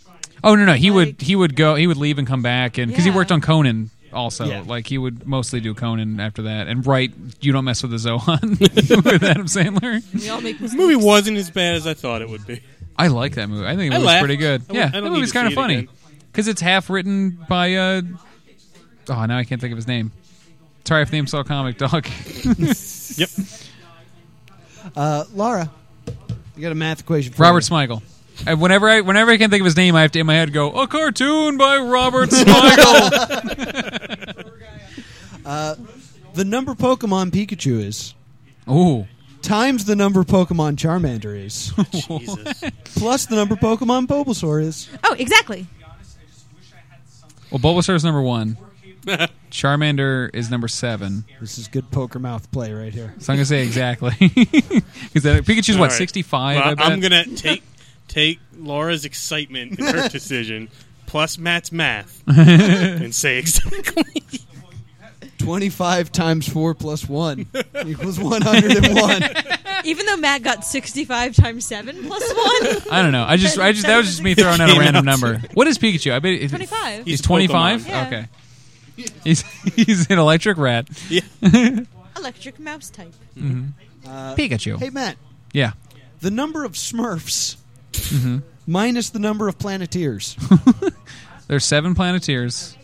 E: Oh no no he
G: Like-
E: would he would go he would leave and come back and because
G: Yeah.
E: he worked on Conan also
C: Yeah.
E: like he would mostly do Conan after that and write you don't mess with the Zohan with Adam Sandler
G: We all make
D: This
G: mistakes.
D: movie wasn't as bad as I thought it would be.
E: I like that movie I think it
D: I
E: was
D: laughed.
E: pretty good
D: I w-
E: yeah
D: I don't
E: that
D: need
E: movie's
D: to
E: kind of
D: see it
E: funny
D: again.
E: because it's half written by uh oh now I can't think of his name sorry if name saw comic dog
D: Yep.
C: Uh, Laura, you got a math equation for
E: Robert
C: you.
E: Smigel and whenever I whenever I can think of his name I have to in my head go a cartoon by Robert Smigel
C: The number Pokemon Pikachu is
E: ooh
C: times the number Pokemon Charmander is
D: Jesus.
C: plus the number Pokemon Bulbasaur is.
G: Oh, exactly.
E: well Bulbasaur is number one Charmander is number seven.
C: This is good poker mouth play right here.
E: So I'm gonna say exactly because Pikachu's
D: All
E: what
D: right.
E: 65.
D: Well,
E: I bet.
D: I'm gonna take take Laura's excitement in her decision plus Matt's math and say exactly.
C: 25 times 4 plus 1 equals 101.
G: Even though Matt got 65 times 7 plus 1.
E: I don't know. I just, I just that was just me throwing out a
D: Came
E: random
D: out to-
E: number. What is Pikachu? I bet it-
G: 25.
E: He's
D: He's
E: 25.
D: Pokemon.
G: Yeah.
E: Okay. He's he's an electric rat.
G: Electric mouse type.
E: Pikachu.
C: hey, Matt,
E: yeah.
C: the Mm-hmm. number of Smurfs minus the number of Planeteers.
E: There's seven Planeteers.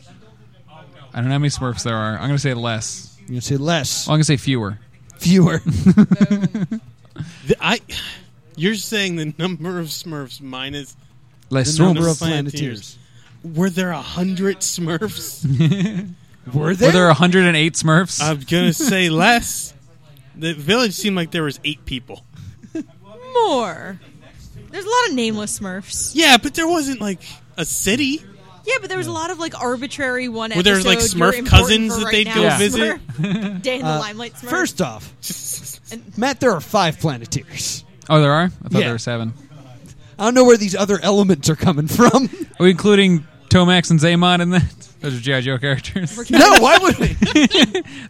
E: I don't know how many Smurfs there are. I'm going to say less.
C: I'm gonna say less,
E: Well, I'm going to say fewer.
C: fewer.
D: The- I, you're saying the number of Smurfs minus
E: Less
C: The number
E: Smurfs.
C: of planeteers.
D: were there a hundred Smurfs?
C: Were
E: Were
C: there?
E: there 108 Smurfs?
D: I'm gonna say less. The village seemed like there was eight people.
G: More. There's a lot of nameless Smurfs.
D: Yeah, but there wasn't like a city.
G: Yeah, but there was a lot of like arbitrary one.
D: Were there,
G: episode,
D: like,
G: you're
D: Smurf
G: important
D: cousins
G: for
D: that
G: right
D: they'd
G: now,
D: go
E: Yeah.
D: visit? Uh,
G: Smurf. Day in the limelight. Smurf.
C: First off, Matt, there are five planeteers.
E: oh, there are? I thought
C: Yeah.
E: there were seven.
C: I don't know where these other elements are coming from.
E: Are we including Tomax and Zaymon in that? Those are G.I. Joe characters.
C: no, why would we?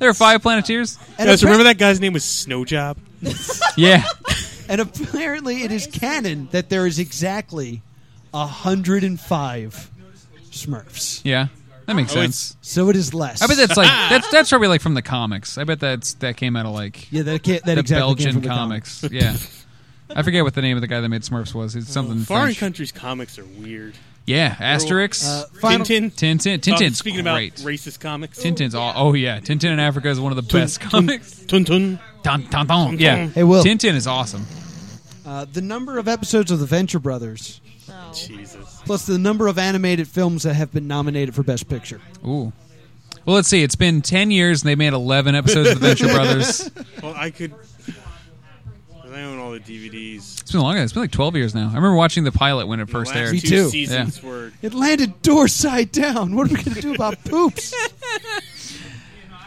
E: There are five Planeteers?
C: And,
D: Guys,
C: appar-
D: remember that guy's name was Snowjob.
E: Mm-hmm. Yeah.
C: and apparently, it is canon that there is exactly hundred and five Smurfs.
E: Yeah. That makes
D: Oh, it's-
E: sense.
C: So it is less.
E: I bet that's like that's that's probably like from the comics. I bet that's that came out of like
C: yeah, that, can't, that
E: the
C: exactly came
E: Belgian
C: from the
E: comics. yeah. I forget what the name of the guy that made Smurfs was. It's something
D: Foreign
E: French.
D: countries comics are weird.
E: Yeah, Asterix.
C: Uh, final-
D: Tintin.
E: Tintin.
D: Talk-
E: Tintin's
D: Oh, speaking
E: great.
D: about racist comics.
E: Tintin's all, oh yeah, Tintin in Africa is one of the best comics.
D: Tun tun.
E: Dun, dun, dun. Yeah,
C: Hey, Will.
E: Tintin is awesome.
C: Uh, the number of episodes of The Venture Brothers,
G: Oh.
D: Jesus.
C: plus the number of animated films that have been nominated for Best Picture.
E: Ooh. Well, let's see. It's been ten years, and they made eleven episodes of the Venture Brothers.
D: Well, I could. 'cause I own all the DVDs.
E: It's been longer. It's been like twelve years now. I remember watching the pilot when it
D: The
E: first
D: last
E: aired.
C: Me
D: two
C: too.
D: seasons were
C: It landed door side down. What are we going to do about poops?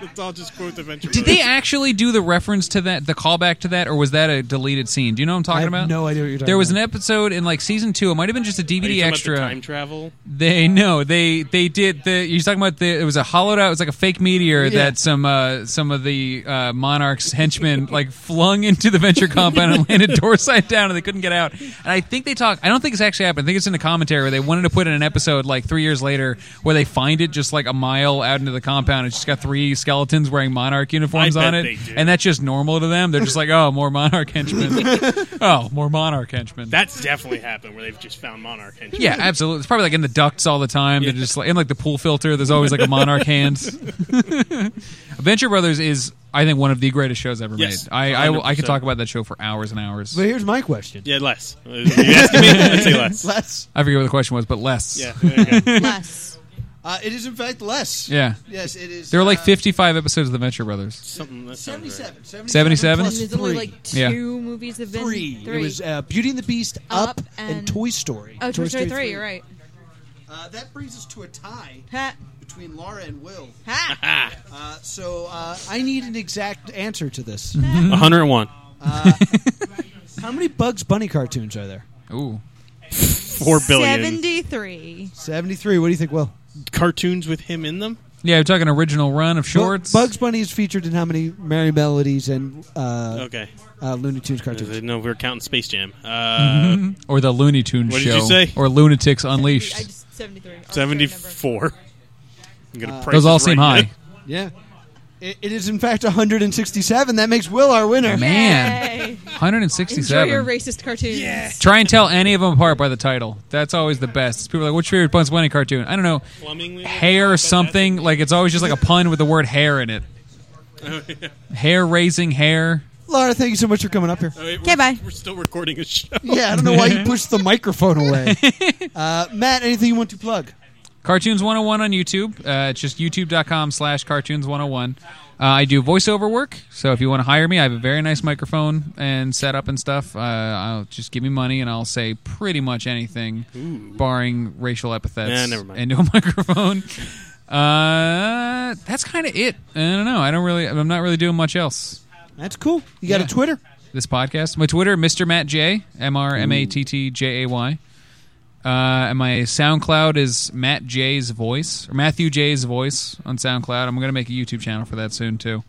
D: Let's all just quote the Venture
E: Did
D: Brothers.
E: they actually do the reference to that, the callback to that, or was that a deleted scene? Do you know what I'm
C: I
E: talking
C: have
E: about?
C: no idea what you're talking
E: There was an
C: about.
E: episode in like season two. It might have been just a
D: Are you
E: DVD
D: talking about
E: extra.
D: the time travel?
E: They no, they they did the. You're talking about the. It was a hollowed out. It was like a fake meteor that some uh, some of the uh, monarch's henchmen like flung into the venture compound and landed door side down, and they couldn't get out. And I think they talk. I don't think it's actually happened. I think it's in the commentary where they wanted to put in an episode like three years later where they find it just like a mile out into the compound. It's just got three skeletons wearing monarch uniforms
D: I bet
E: on it,
D: they do.
E: and that's just normal to them. They're just like, oh, more monarch henchmen. oh, more monarch henchmen.
D: That's definitely happened where they've just found monarch henchmen.
E: Yeah, absolutely. It's probably like in the ducts all the time. They're
D: Yeah.
E: just like in like the pool filter. There's always like a monarch hand. Venture Brothers is, I think, one of the greatest shows ever
D: Yes,
E: made. I, I I could
D: 100%.
E: talk about that show for hours and hours.
C: But here's my question.
D: Yeah, less. Uh, You asking me? I'd say less.
C: Less.
E: I forget what the question was, but less.
D: Yeah. there you go.
G: Less.
C: Uh, it is, in fact, less.
E: Yeah.
C: Yes, it is.
E: There were like
C: uh,
E: 55 episodes of the Venture Brothers.
D: Something that sounds right.
C: 77.
E: 77?
C: plus
G: And there's only
C: three.
G: like two
E: Yeah.
G: movies that have been
C: three. It was uh, Beauty and the Beast, Up,
G: Up,
C: and,
G: and-
C: Toy Story.
G: oh, Toy Story three. You're right.
C: Uh, that brings us to a tie
G: Ha.
C: between Laura and Will.
G: Ha.
C: Uh, so uh, I need an exact answer to this.
D: 101.
C: How many Bugs Bunny cartoons are there?
E: Ooh,
D: 4 billion.
G: Seventy-three.
C: 73. What do you think, Will?
D: Cartoons with him in them?
E: yeah. You're talking original run of shorts.
C: Well, Bugs Bunny is featured in how many Merry Melodies and uh,
D: Okay.
C: uh, Looney Tunes cartoons?
D: No, we are counting Space Jam. Uh,
E: or the Looney Tunes
D: What did
E: show,
D: you say?
E: or Lunatics
G: I
E: Unleashed.
G: just seventy-three. Arbitrary number.
D: 74. I'm gonna price
E: Uh, Those all
D: this
E: seem
D: right
E: high.
D: now.
C: Yeah. It, it is, in fact, 167. That makes Will our winner.
E: Man,
G: Yay. Enjoy
E: 167.
G: your racist cartoons. Yeah.
E: Try and tell any of them apart by the title. That's always the best. People are like, what's your favorite Bugs Bunny cartoon? I don't know.
D: Plumbing we-
E: Hair or something. Like, it's always just like a pun with the word hair in it.
D: Oh,
E: Hair raising hair.
C: Laura, thank you so much for coming up here.
D: Oh, wait,
G: Okay,
D: we're-
G: bye.
D: We're still recording a show.
C: Yeah, I don't know why you pushed the microphone away. Uh, Matt, anything you want to plug?
E: Cartoons 101 on YouTube. Uh, it's just youtube.com slash cartoons 101. Uh, I do voiceover work, so if you want to hire me, I have a very nice microphone and setup and stuff. Uh, I'll just give me money and I'll say pretty much anything, barring racial epithets
D: Nah, never mind.
E: and no microphone. Uh, that's kind of it. I don't know. I don't really. I'm not really doing much else.
C: That's cool. You got
E: Yeah.
C: a Twitter?
E: This podcast. My Twitter, Mr. Matt J, M R M A T T J A Y. Uh, and my SoundCloud is Matt J's voice or Matthew J's voice on SoundCloud. I'm gonna make a YouTube channel for that soon too.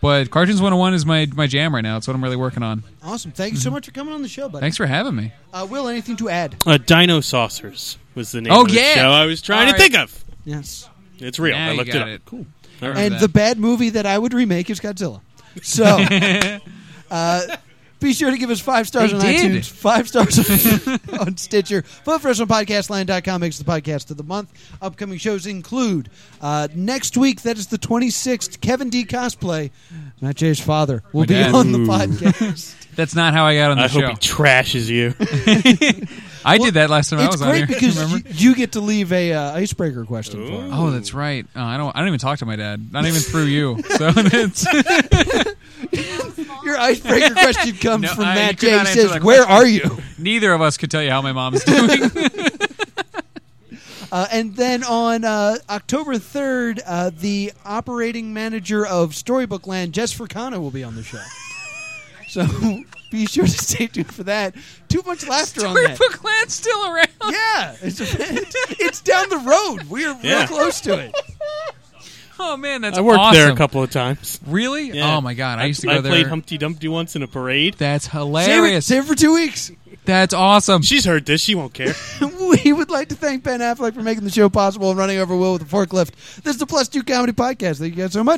E: But Cartoons 101 is my my jam right now. It's what I'm really working on.
C: Awesome. Thank you so much for coming on the show, buddy.
E: Mm-hmm. Thanks for having me.
C: Uh, Will, anything to add?
D: Uh, Dino Saucers was the name
E: Oh,
D: of the
E: yeah.
D: show I was trying
E: All
D: to
E: right.
D: think of.
C: Yes.
D: It's real.
E: Now
D: I
E: you
D: looked
E: got
D: it up.
E: it. Cool.
C: And the bad movie that I would remake is Godzilla. So, uh, Be sure to give us five stars
E: They
C: on
E: did.
C: iTunes, five stars on, on Stitcher. FootWrestlingPodcastLine.com makes the podcast of the month. Upcoming shows include uh, next week, that is the 26th, Kevin D. Cosplay, Matt Jay's father, will
E: My
C: be
E: dad.
C: on the podcast.
E: That's not how I got on the
D: I
E: show.
D: hope he trashes you.
E: I did that last time I
C: it's
E: was on
C: great
E: here.
C: because
E: Remember?
C: you, you get to leave a uh, icebreaker question for him.
E: Oh, that's right. Uh, I don't. I don't even talk to my dad. Not even through you. So that's,
C: Your icebreaker question comes
E: No,
C: from
E: I-
C: Matt
E: you could
C: Jay.
E: not
C: He
E: answer
C: says,
E: that
C: Where are you?
E: neither of us could tell you how my mom's doing.
C: Uh, and then on uh, October 3rd, uh, the operating manager of Storybook Land, Jess Furcana, will be on the show. so be sure to stay tuned for that. Too much laughter on that.
E: Storybook Land's still around.
C: Yeah, it's, it's down the road. We're real
D: Yeah.
C: close to it.
E: Oh man, that's
D: I worked
E: awesome.
D: there a couple of times.
E: Really?
D: Yeah.
E: Oh my god, I, used to go
D: I
E: there.
D: played Humpty Dumpty once in a parade.
E: that's
C: Save it,
E: hilarious.
C: save it for two weeks.
E: That's awesome.
D: She's heard this. She won't care.
C: we would like to thank Ben Affleck for making the show possible and running over Will with a forklift. This is the Plus Two Comedy Podcast. Thank you guys so much.